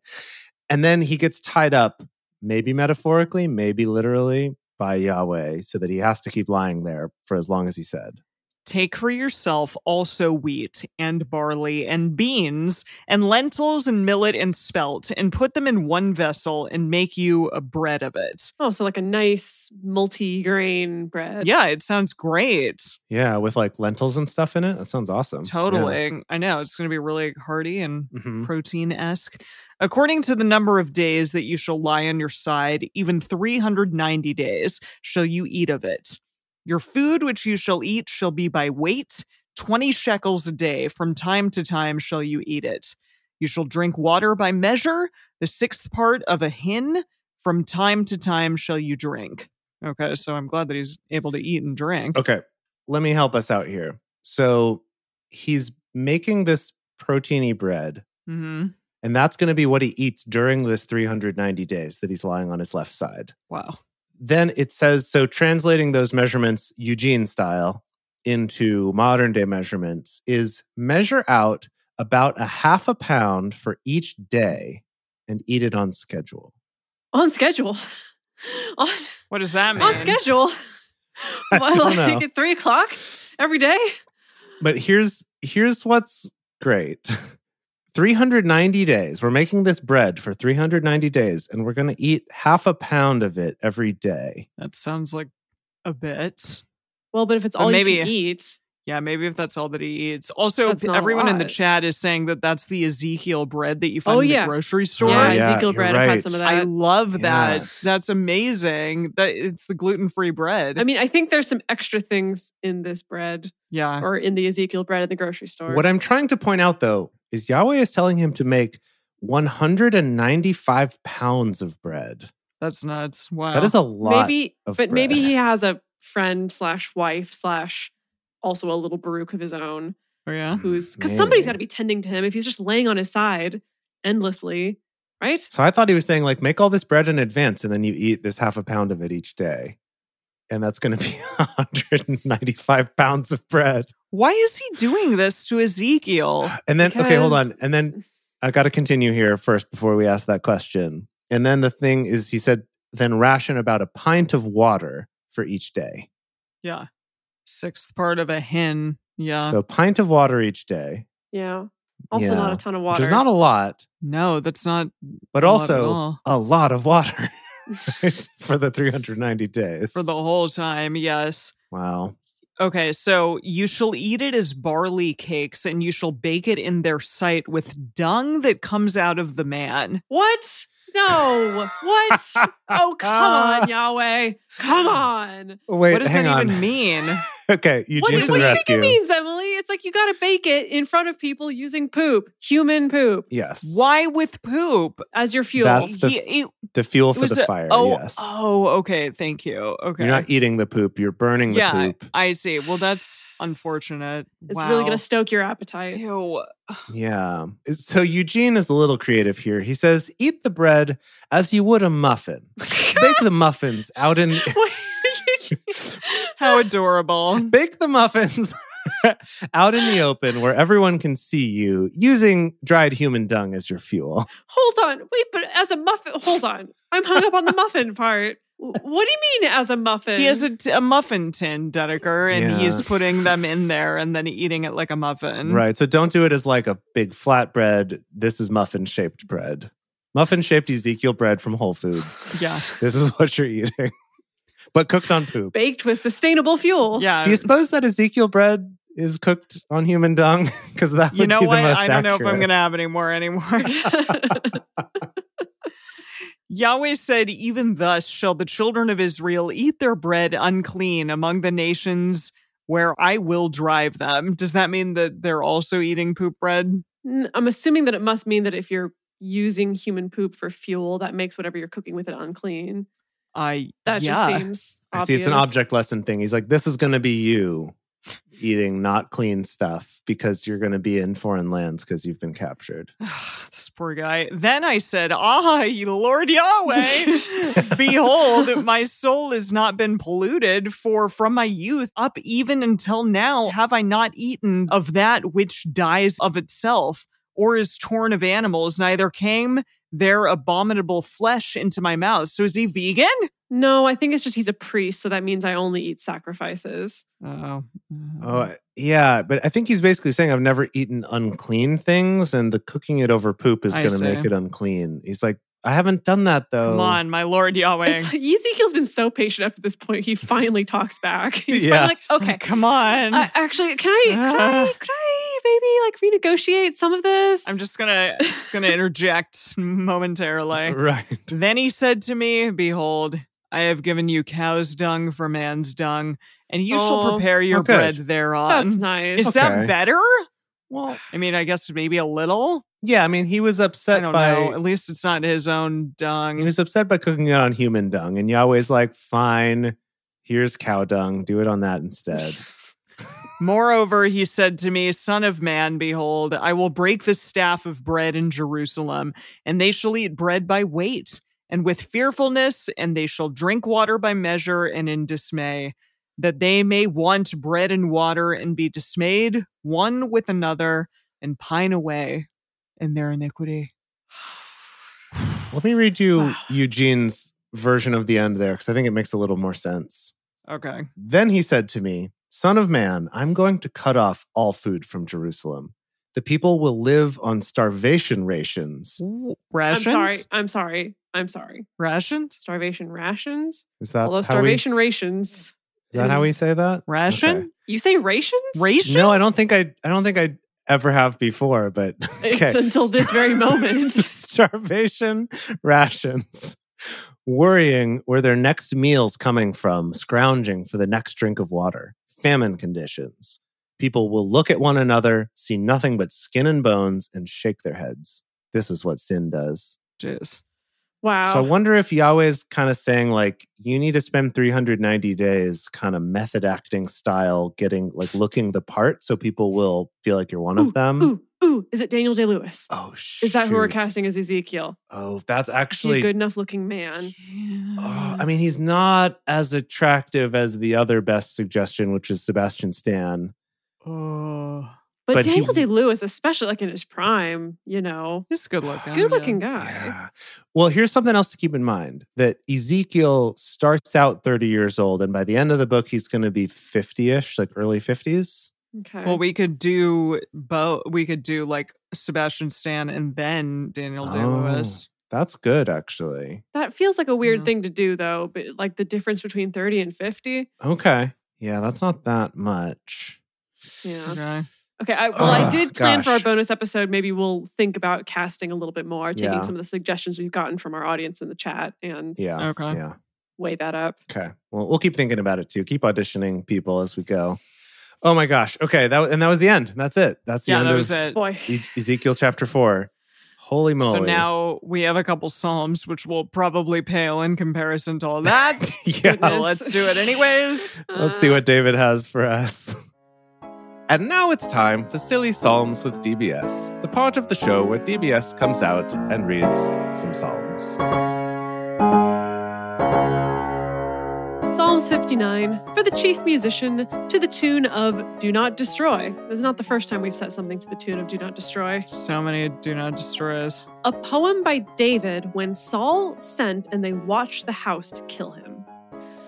Speaker 4: And then he gets tied up, maybe metaphorically, maybe literally by Yahweh so that he has to keep lying there for as long as he said.
Speaker 2: Take for yourself also wheat and barley and beans and lentils and millet and spelt and put them in one vessel and make you a bread of it.
Speaker 3: Oh, so like a nice multi-grain bread.
Speaker 2: Yeah, it sounds great.
Speaker 4: Yeah, with like lentils and stuff in it. That sounds awesome.
Speaker 2: Totally. I know. It's going to be really hearty and
Speaker 4: Yeah. Mhm.
Speaker 2: protein esque. According to the number of days that you shall lie on your side, even 390 days shall you eat of it. Your food which you shall eat shall be by weight, 20 shekels a day. From time to time shall you eat it. You shall drink water by measure, the sixth part of a hin. From time to time shall you drink. Okay, so I'm glad that he's able to eat and drink.
Speaker 4: Okay. Let me help us out here. So he's making this proteiny bread,
Speaker 2: hmm
Speaker 4: and that's going to be what he eats during this 390 days that he's lying on his left side.
Speaker 2: Wow.
Speaker 4: Then it says so translating those measurements Eugene style into modern day measurements is measure out about a half a pound for each day and eat it on schedule.
Speaker 3: On schedule. on
Speaker 2: What does that mean?
Speaker 3: on schedule.
Speaker 4: I
Speaker 3: Well,
Speaker 4: don't know.
Speaker 3: like at three o'clock every day?
Speaker 4: but here's here's what's great 390 days we're making this bread for 390 days and we're going to eat half a pound of it every day
Speaker 2: That sounds like a bit.
Speaker 3: Well, but if it's
Speaker 2: But
Speaker 3: all
Speaker 2: maybe-
Speaker 3: you can eat,
Speaker 2: Yeah, maybe if that's all that he eats. Also,
Speaker 3: That's not a
Speaker 2: everyone in the
Speaker 3: lot.
Speaker 2: chat is saying that that's the Ezekiel bread that you find
Speaker 3: Oh,
Speaker 2: in
Speaker 3: yeah.
Speaker 2: the grocery store.
Speaker 3: yeah,
Speaker 4: Oh, yeah,
Speaker 3: Ezekiel
Speaker 4: you're
Speaker 3: bread. I've
Speaker 4: right.
Speaker 3: had some of that.
Speaker 2: I love
Speaker 4: Yeah.
Speaker 2: that. That's amazing. That it's the gluten-free bread.
Speaker 3: I mean, I think there's some extra things in this bread
Speaker 2: yeah.
Speaker 3: or in the Ezekiel bread at the grocery store.
Speaker 4: what i'm trying to point out though is yahweh is telling him to make 195 pounds of bread
Speaker 2: That's nuts. Wow.
Speaker 4: that is a lot
Speaker 3: maybe,
Speaker 4: of
Speaker 3: but maybe
Speaker 4: bread.
Speaker 3: he has a friend slash wife slash also a little baruch of his own
Speaker 2: oh, yeah.
Speaker 3: who's because somebody's got
Speaker 4: Maybe.
Speaker 3: to be tending to him if he's just laying on his side endlessly, right?
Speaker 4: so i thought he was saying like make all this bread in advance and then you eat this half a pound of it each day and that's going to be 195 pounds of bread
Speaker 2: Why is he doing this to Ezekiel?
Speaker 4: And then, okay, hold
Speaker 3: Because-
Speaker 4: on. And then I got to continue here first before we ask that question. And then the thing is, he said, then ration about a pint of water for each day.
Speaker 2: Yeah. Sixth part of a hen. Yeah.
Speaker 4: so a pint of water each day.
Speaker 3: Yeah. Also, not
Speaker 4: Yeah.
Speaker 3: a ton of
Speaker 4: Which
Speaker 3: water.
Speaker 4: is not a lot,
Speaker 2: no, that's not
Speaker 4: but
Speaker 2: a lot at
Speaker 4: also
Speaker 2: all.
Speaker 4: a lot of water right? for the 390 days.
Speaker 2: for the whole time. Yes.
Speaker 4: wow.
Speaker 2: Okay, so you shall eat it as barley cakes, and you shall bake it in their sight with dung that comes out of the man.
Speaker 3: what? No. what? Oh, come on, Yahweh. Come on.
Speaker 4: Wait,
Speaker 2: what does
Speaker 4: hang
Speaker 2: that
Speaker 4: on.
Speaker 2: even mean?
Speaker 4: okay,
Speaker 3: What,
Speaker 4: Eugene to
Speaker 3: what do
Speaker 4: the
Speaker 3: you think it
Speaker 4: rescue.
Speaker 3: means, Emily? It's like you got to bake it in front of people using poop, human poop,
Speaker 4: Yes.
Speaker 2: Why with poop?
Speaker 3: as your fuel.
Speaker 4: That's the-
Speaker 2: it,
Speaker 4: The fuel
Speaker 2: it
Speaker 4: for
Speaker 2: was
Speaker 4: the
Speaker 2: a-
Speaker 4: fire.
Speaker 2: Oh,
Speaker 4: yes.
Speaker 2: oh, okay. Thank you. Okay.
Speaker 4: You're not eating the poop, you're burning the
Speaker 2: yeah,
Speaker 4: poop.
Speaker 2: I see. Well, that's unfortunate.
Speaker 3: it's
Speaker 2: wow.
Speaker 3: really going to stoke your appetite.
Speaker 2: Ew.
Speaker 4: Yeah. So Eugene is a little creative here. He says, "Eat the bread as you would a muffin. bake the muffins out in
Speaker 3: What did you do?
Speaker 2: How adorable.
Speaker 4: bake the muffins out in the open where everyone can see you using dried human dung as your fuel."
Speaker 3: hold on. Wait, but as a muffin, hold on. I'm hung up on the muffin part. W- What do you mean as a muffin?
Speaker 2: He has a, t- a muffin tin, Dedeker, and
Speaker 4: Yeah.
Speaker 2: he's putting them in there and then eating it like a muffin.
Speaker 4: Right. So don't do it as like a big flatbread. This is muffin-shaped bread. Muffin-shaped Ezekiel bread from Whole Foods.
Speaker 2: Yeah.
Speaker 4: This is what you're eating. But cooked on poop.
Speaker 3: baked with sustainable fuel.
Speaker 2: Yeah.
Speaker 4: Do you suppose that Ezekiel bread is cooked on human dung? Because that would
Speaker 2: you know
Speaker 4: be the
Speaker 2: what?
Speaker 4: most
Speaker 2: I don't know if I'm
Speaker 4: accurate.
Speaker 2: going to have any more anymore. Yahweh said, Even thus shall the children of Israel eat their bread unclean among the nations where I will drive them. Does that mean that they're also eating poop bread?
Speaker 3: N- I'm assuming that it must mean that if you're using human poop for fuel, that makes whatever you're cooking with it unclean.
Speaker 2: I
Speaker 3: That
Speaker 2: yeah.
Speaker 3: just seems
Speaker 4: I
Speaker 3: obvious.
Speaker 4: see. It's an object lesson thing. He's like, this is going to be you eating not clean stuff because you're going to be in foreign lands because you've been captured.
Speaker 2: this poor guy. Then I said, Ah, ye Lord Yahweh, behold, my soul has not been polluted, for from my youth up even until now have I not eaten of that which dies of itself or is torn of animals, neither came their abominable flesh into my mouth. So is he vegan?
Speaker 3: No, I think it's just he's a priest, so that means I only eat sacrifices.
Speaker 2: Oh.
Speaker 4: Oh, yeah. But I think he's basically saying, I've never eaten unclean things, and the cooking it over poop is
Speaker 2: I
Speaker 4: going to
Speaker 2: see.
Speaker 4: make it unclean. He's like, I haven't done that though.
Speaker 2: Come on, my Lord Yahweh.
Speaker 3: It's like, Ezekiel's been so patient up to this point. He finally talks back. He's
Speaker 4: Yeah.
Speaker 3: finally like, okay,
Speaker 2: Come on.
Speaker 3: uh, actually, can I, could I,
Speaker 2: Ah.
Speaker 3: could I maybe like renegotiate some of this?
Speaker 2: I'm just gonna just gonna interject momentarily.
Speaker 4: Right.
Speaker 2: Then he said to me, Behold, I have given you cow's dung for man's dung, and you
Speaker 3: Oh,
Speaker 2: shall prepare your
Speaker 4: okay.
Speaker 2: bread thereon.
Speaker 3: That's nice.
Speaker 2: Is that
Speaker 4: Okay.
Speaker 2: better?
Speaker 4: Well,
Speaker 2: I mean, I guess maybe a little.
Speaker 4: yeah. I mean, he was upset
Speaker 2: I don't
Speaker 4: by
Speaker 2: know. At least it's not his own
Speaker 4: he
Speaker 2: dung.
Speaker 4: was upset by cooking it on human dung, and Yahweh's like, fine, here's cow dung. Do it on that instead.
Speaker 2: Moreover, he said to me, Son of man, behold, I will break the staff of bread in Jerusalem, and they shall eat bread by weight, and with fearfulness, and they shall drink water by measure and in dismay, that they may want bread and water, and be dismayed one with another, and pine away in their iniquity.
Speaker 4: Let me read you
Speaker 3: Wow.
Speaker 4: Eugene's version of the end there, because I think it makes a little more sense.
Speaker 2: Okay.
Speaker 4: Then he said to me, Son of man, I'm going to cut off all food from Jerusalem. The people will live on starvation rations.
Speaker 3: I'm
Speaker 2: Rations?
Speaker 3: sorry. I'm sorry. I'm sorry.
Speaker 2: Rations?
Speaker 3: Starvation rations?
Speaker 4: Is that,
Speaker 3: Although
Speaker 4: Uh, how, we, is
Speaker 3: starvation rations.
Speaker 4: that how we
Speaker 3: is-
Speaker 4: say that?
Speaker 2: Ration?
Speaker 3: You say rations?
Speaker 2: Ration?
Speaker 4: No, I don't think I I don't think I ever have before, but
Speaker 3: It's
Speaker 4: okay.
Speaker 3: until this very moment.
Speaker 4: starvation rations. Worrying where their next meal's coming from, scrounging for the next drink of water. Famine conditions. People will look at one another, see nothing but skin and bones, and shake their heads. This is what sin does.
Speaker 2: Jeez.
Speaker 3: Wow.
Speaker 4: So I wonder if Yahweh's kind of saying like you need to spend 390 days kind of method acting style getting like looking the part so people will feel like you're one
Speaker 3: ooh,
Speaker 4: of them.
Speaker 3: Ooh, ooh. Is it Daniel Day Lewis?
Speaker 4: Oh shit.
Speaker 3: Is that who we're casting as Ezekiel?
Speaker 4: Oh, that's
Speaker 3: Is he a
Speaker 4: actually
Speaker 3: good enough looking man?
Speaker 4: Oh, I mean, he's not as attractive as the other best suggestion, which is Sebastian Stan.
Speaker 2: Oh.
Speaker 3: But,
Speaker 4: But he-
Speaker 3: Daniel Day Lewis, especially like in his prime, you know,
Speaker 2: He's good looking.
Speaker 3: good looking
Speaker 2: yeah.
Speaker 3: guy.
Speaker 4: Well, here's something else to keep in mind that Ezekiel starts out 30 years old, and by the end of the book, he's going to be 50 ish, like early 50s.
Speaker 3: Okay.
Speaker 2: Well, we could do both. We could do like Sebastian Stan and then Daniel Day Lewis.
Speaker 4: That's good, actually.
Speaker 3: that feels like a weird
Speaker 2: Yeah.
Speaker 3: thing to do, though. But like the difference between thirty and fifty.
Speaker 4: Okay. Yeah, that's not that much.
Speaker 3: Yeah.
Speaker 2: Okay.
Speaker 3: Okay. I, well, I
Speaker 4: Ugh,
Speaker 3: did plan for our
Speaker 4: gosh.
Speaker 3: bonus episode. Maybe we'll think about casting a little bit more, taking
Speaker 4: Yeah.
Speaker 3: some of the suggestions we've gotten from our audience in the chat and
Speaker 4: Yeah.
Speaker 2: Okay.
Speaker 4: Yeah.
Speaker 3: weigh that up.
Speaker 4: Okay. Well, we'll keep thinking about it too. Keep auditioning people as we go. Oh my gosh. Okay. That and that was the end. That's it. That's the
Speaker 2: Yeah,
Speaker 4: end
Speaker 2: that
Speaker 4: of
Speaker 2: was it.
Speaker 3: Boy.
Speaker 4: E- Ezekiel chapter four. Holy moly!
Speaker 2: So now we have a couple psalms, which will probably pale in comparison to all that.
Speaker 4: yeah,
Speaker 2: But
Speaker 3: Goodness.
Speaker 2: let's do it anyways.
Speaker 4: let's see what David has for us. And now it's time for Silly Psalms with DBS, the part of the show where DBS comes out and reads some psalms.
Speaker 3: Psalms 59 for the chief musician to the tune of Do Not Destroy. This is not the first time we've set something to the tune of Do Not Destroy.
Speaker 2: So many do not destroys.
Speaker 3: A poem by David when Saul sent and they watched the house to kill him.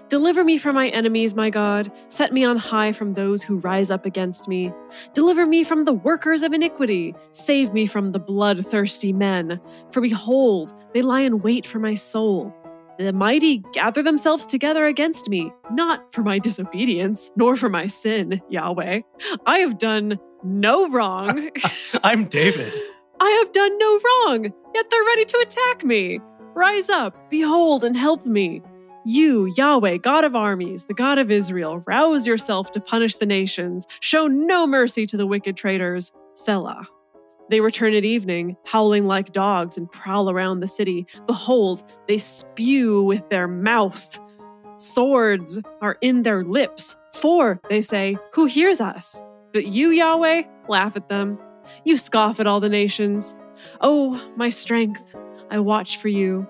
Speaker 3: Deliver me from my enemies, my God. Set me on high from those who rise up against me. Deliver me from the workers of iniquity. Save me from the bloodthirsty men. For behold, they lie in wait for my soul. The mighty gather themselves together against me, not for my disobedience, nor for my sin, Yahweh. I have done no wrong.
Speaker 4: I'm David.
Speaker 3: I have done no wrong, yet they're ready to attack me. Rise up, behold, and help me. You, Yahweh, God of armies, the God of Israel, rouse yourself to punish the nations. Show no mercy to the wicked traitors. Selah. They return at evening, howling like dogs, and prowl around the city. Behold, they spew with their mouth. Swords are in their lips, for, they say, who hears us? But you, Yahweh, laugh at them. You scoff at all the nations. Oh, my strength, I watch for you.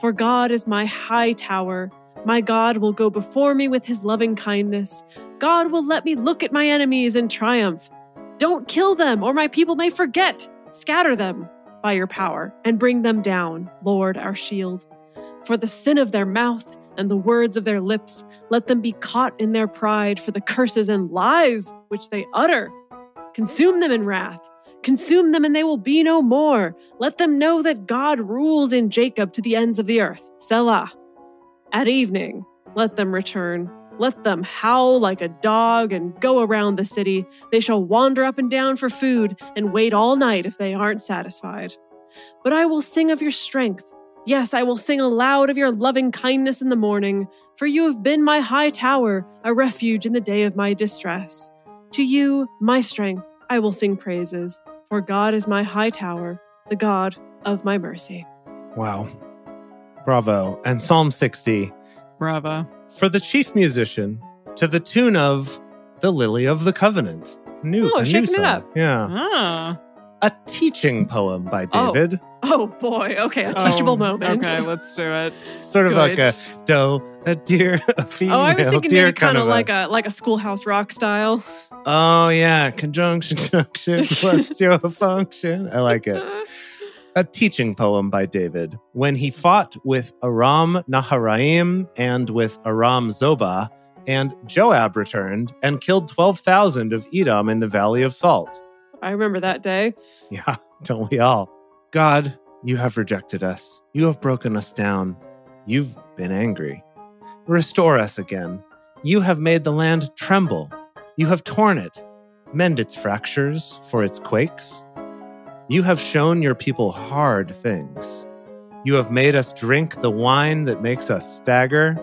Speaker 3: For God is my high tower. My God will go before me with his loving kindness. God will let me look at my enemies in triumph. Don't kill them, or my people may forget. Scatter them. by your power, and bring them down, Lord, our shield. For the sin of their mouth and the words of their lips, let them be caught in their pride for the curses and lies which they utter. Consume them in wrath. Consume them, and they will be no more. Let them know that God rules in Jacob to the ends of the earth. Selah. At evening, let them return. Let them howl like a dog and go around the city. They shall wander up and down for food and wait all night if they aren't satisfied. But I will sing of your strength. Yes, I will sing aloud of your loving kindness in the morning, for you have been my high tower, a refuge in the day of my distress. To you, my strength, I will sing praises, for God is my high tower, the God of my mercy.
Speaker 4: Wow. Bravo. And Psalm 60
Speaker 2: Bravo.
Speaker 4: for the chief musician to the tune of The Lily of the Covenant. New,
Speaker 3: Oh,
Speaker 4: a new
Speaker 3: shaking it
Speaker 4: song.
Speaker 3: up.
Speaker 4: Yeah.
Speaker 2: Ah.
Speaker 4: A teaching poem by
Speaker 3: Oh.
Speaker 4: David.
Speaker 3: Oh boy, okay, a teachable
Speaker 2: Oh,
Speaker 3: moment.
Speaker 2: Okay, let's do it.
Speaker 4: Sort of like a
Speaker 3: Good.
Speaker 4: doe, a deer, a uh, female
Speaker 3: Oh, I was thinking
Speaker 4: deer
Speaker 3: maybe kind of
Speaker 4: a-
Speaker 3: like a like a schoolhouse rock style.
Speaker 4: Oh yeah, conjunction junction plus your function. I like it. A teaching poem by David. When he fought with Aram Naharaim and with Aram Zobah, and Joab returned and killed twelve thousand of Edom in the Valley of Salt.
Speaker 3: I remember that day.
Speaker 4: Yeah, don't we all? God, you have rejected us. You have broken us down. You've been angry. Restore us again. You have made the land tremble. You have torn it. Mend its fractures for its quakes. You have shown your people hard things. You have made us drink the wine that makes us stagger.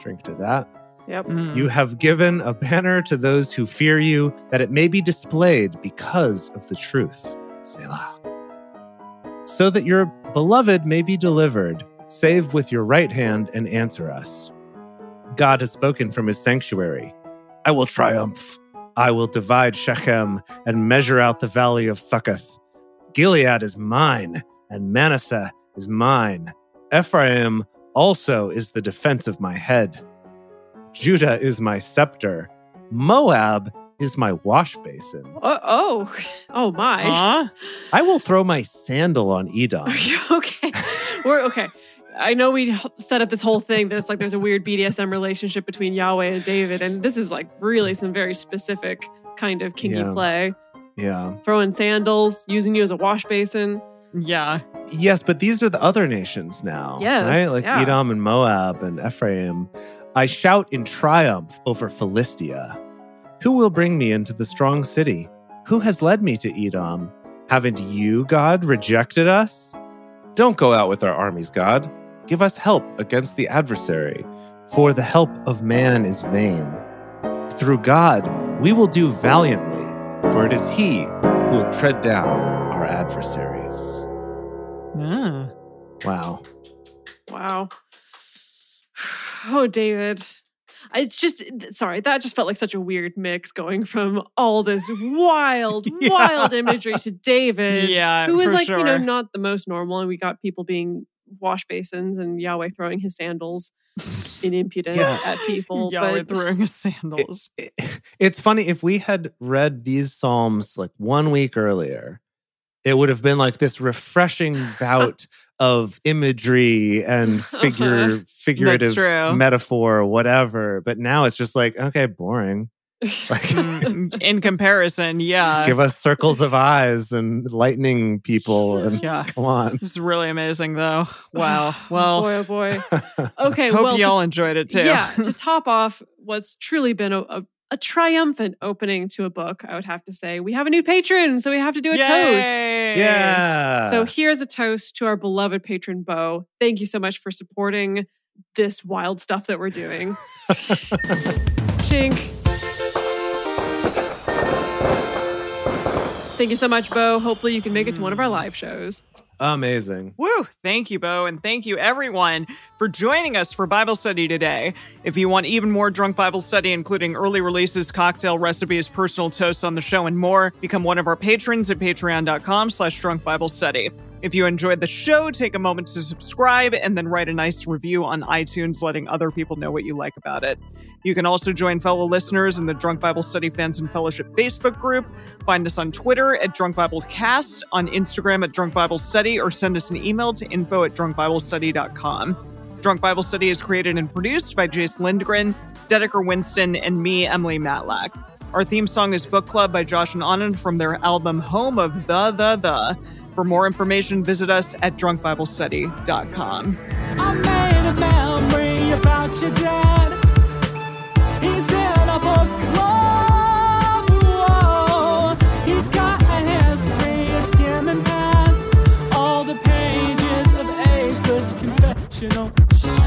Speaker 4: Drink to that.
Speaker 3: Yep.
Speaker 2: Mm.
Speaker 4: You have given a banner to those who fear you, that it may be displayed because of the truth. Selah. So that your beloved may be delivered, save with your right hand and answer us. God has spoken from his sanctuary. I will triumph. I will divide Shechem and measure out the valley of Succoth. Gilead is mine, and Manasseh is mine. Ephraim also is the defense of my head. Judah is my scepter. Moab is my wash basin.
Speaker 3: Oh, oh, oh my.
Speaker 2: Huh?
Speaker 4: I will throw my sandal on Edom.
Speaker 3: okay. We're okay. I know we set up this whole thing that it's like there's a weird BDSM relationship between Yahweh and David, and this is like really some very specific kind of kinky
Speaker 4: Yeah.
Speaker 3: play.
Speaker 4: Yeah.
Speaker 3: Throwing sandals, using you as a wash basin.
Speaker 2: Yeah.
Speaker 4: Yes, but these are the other nations now.
Speaker 3: Yes,
Speaker 4: Right? Like
Speaker 3: yeah.
Speaker 4: Edom and Moab and Ephraim. I shout in triumph over Philistia. Who will bring me into the strong city? Who has led me to Edom? Haven't you, God, rejected us? Don't go out with our armies, God. Give us help against the adversary, for the help of man is vain. Through God, we will do valiantly, for it is He who will tread down our adversaries.
Speaker 2: Ah.
Speaker 4: Wow.
Speaker 3: Wow. Oh, David. I- It's just th- sorry, that just felt like such a weird mix going from all this wild,
Speaker 4: Yeah.
Speaker 3: wild imagery to David.
Speaker 2: Yeah.
Speaker 3: who was
Speaker 2: for
Speaker 3: like
Speaker 2: sure.
Speaker 3: you know not the most normal and we got people being wash basins and yahweh throwing his sandals in impudence
Speaker 4: Yeah.
Speaker 3: at people
Speaker 2: Yahweh
Speaker 3: but
Speaker 2: throwing his sandals.
Speaker 4: it- it's funny if we had read these psalms like one week earlier it would have been like this refreshing bout of imagery and figure figurative
Speaker 2: true.
Speaker 4: metaphor or whatever but now it's just like okay boring like
Speaker 2: Mm, in comparison, yeah.
Speaker 4: give us circles of eyes and lightning people and
Speaker 2: yeah.
Speaker 4: come on
Speaker 2: It's really amazing though. Wow. Well,
Speaker 3: boy oh boy okay
Speaker 2: hope
Speaker 3: well to-
Speaker 2: y'all enjoyed it too.
Speaker 3: yeah to top off what's truly been a, a, a triumphant opening to a book i would have to say we have a new patron so we have to do a
Speaker 2: Yay!
Speaker 3: toast
Speaker 4: yeah
Speaker 3: So here's a toast to our beloved patron Bo. Thank you so much for supporting this wild stuff that we're doing. Chink. Thank you so much, Bo. Hopefully you can make it to one of our live shows.
Speaker 4: amazing
Speaker 2: Woo! Thank you, Bo, and thank you everyone for joining us for Bible study today. If you want even more drunk Bible study, including early releases, cocktail recipes, personal toasts on the show, and more, become one of our patrons at patreon.com slash drunk Bible study. If you enjoyed the show, take a moment to subscribe and then write a nice review on iTunes, letting other people know what you like about it. You can also join fellow listeners in the Drunk Bible Study Fans and Fellowship Facebook group. Find us on Twitter at Drunk Bible Cast, on Instagram at Drunk Bible Study, or send us an email to info at drunkbiblestudy.com. Drunk Bible Study is created and produced by Jace Lindgren, Dedeker Winston, and me, Emily Matlack. Our theme song is Book Club by Josh and Anand from their album Home of the The The. For more information, visit us at drunkbiblestudy.com.
Speaker 1: I made a memory about your dad. He's in a book club. Whoa. He's got a history of skimming past all the pages of ageless confessional.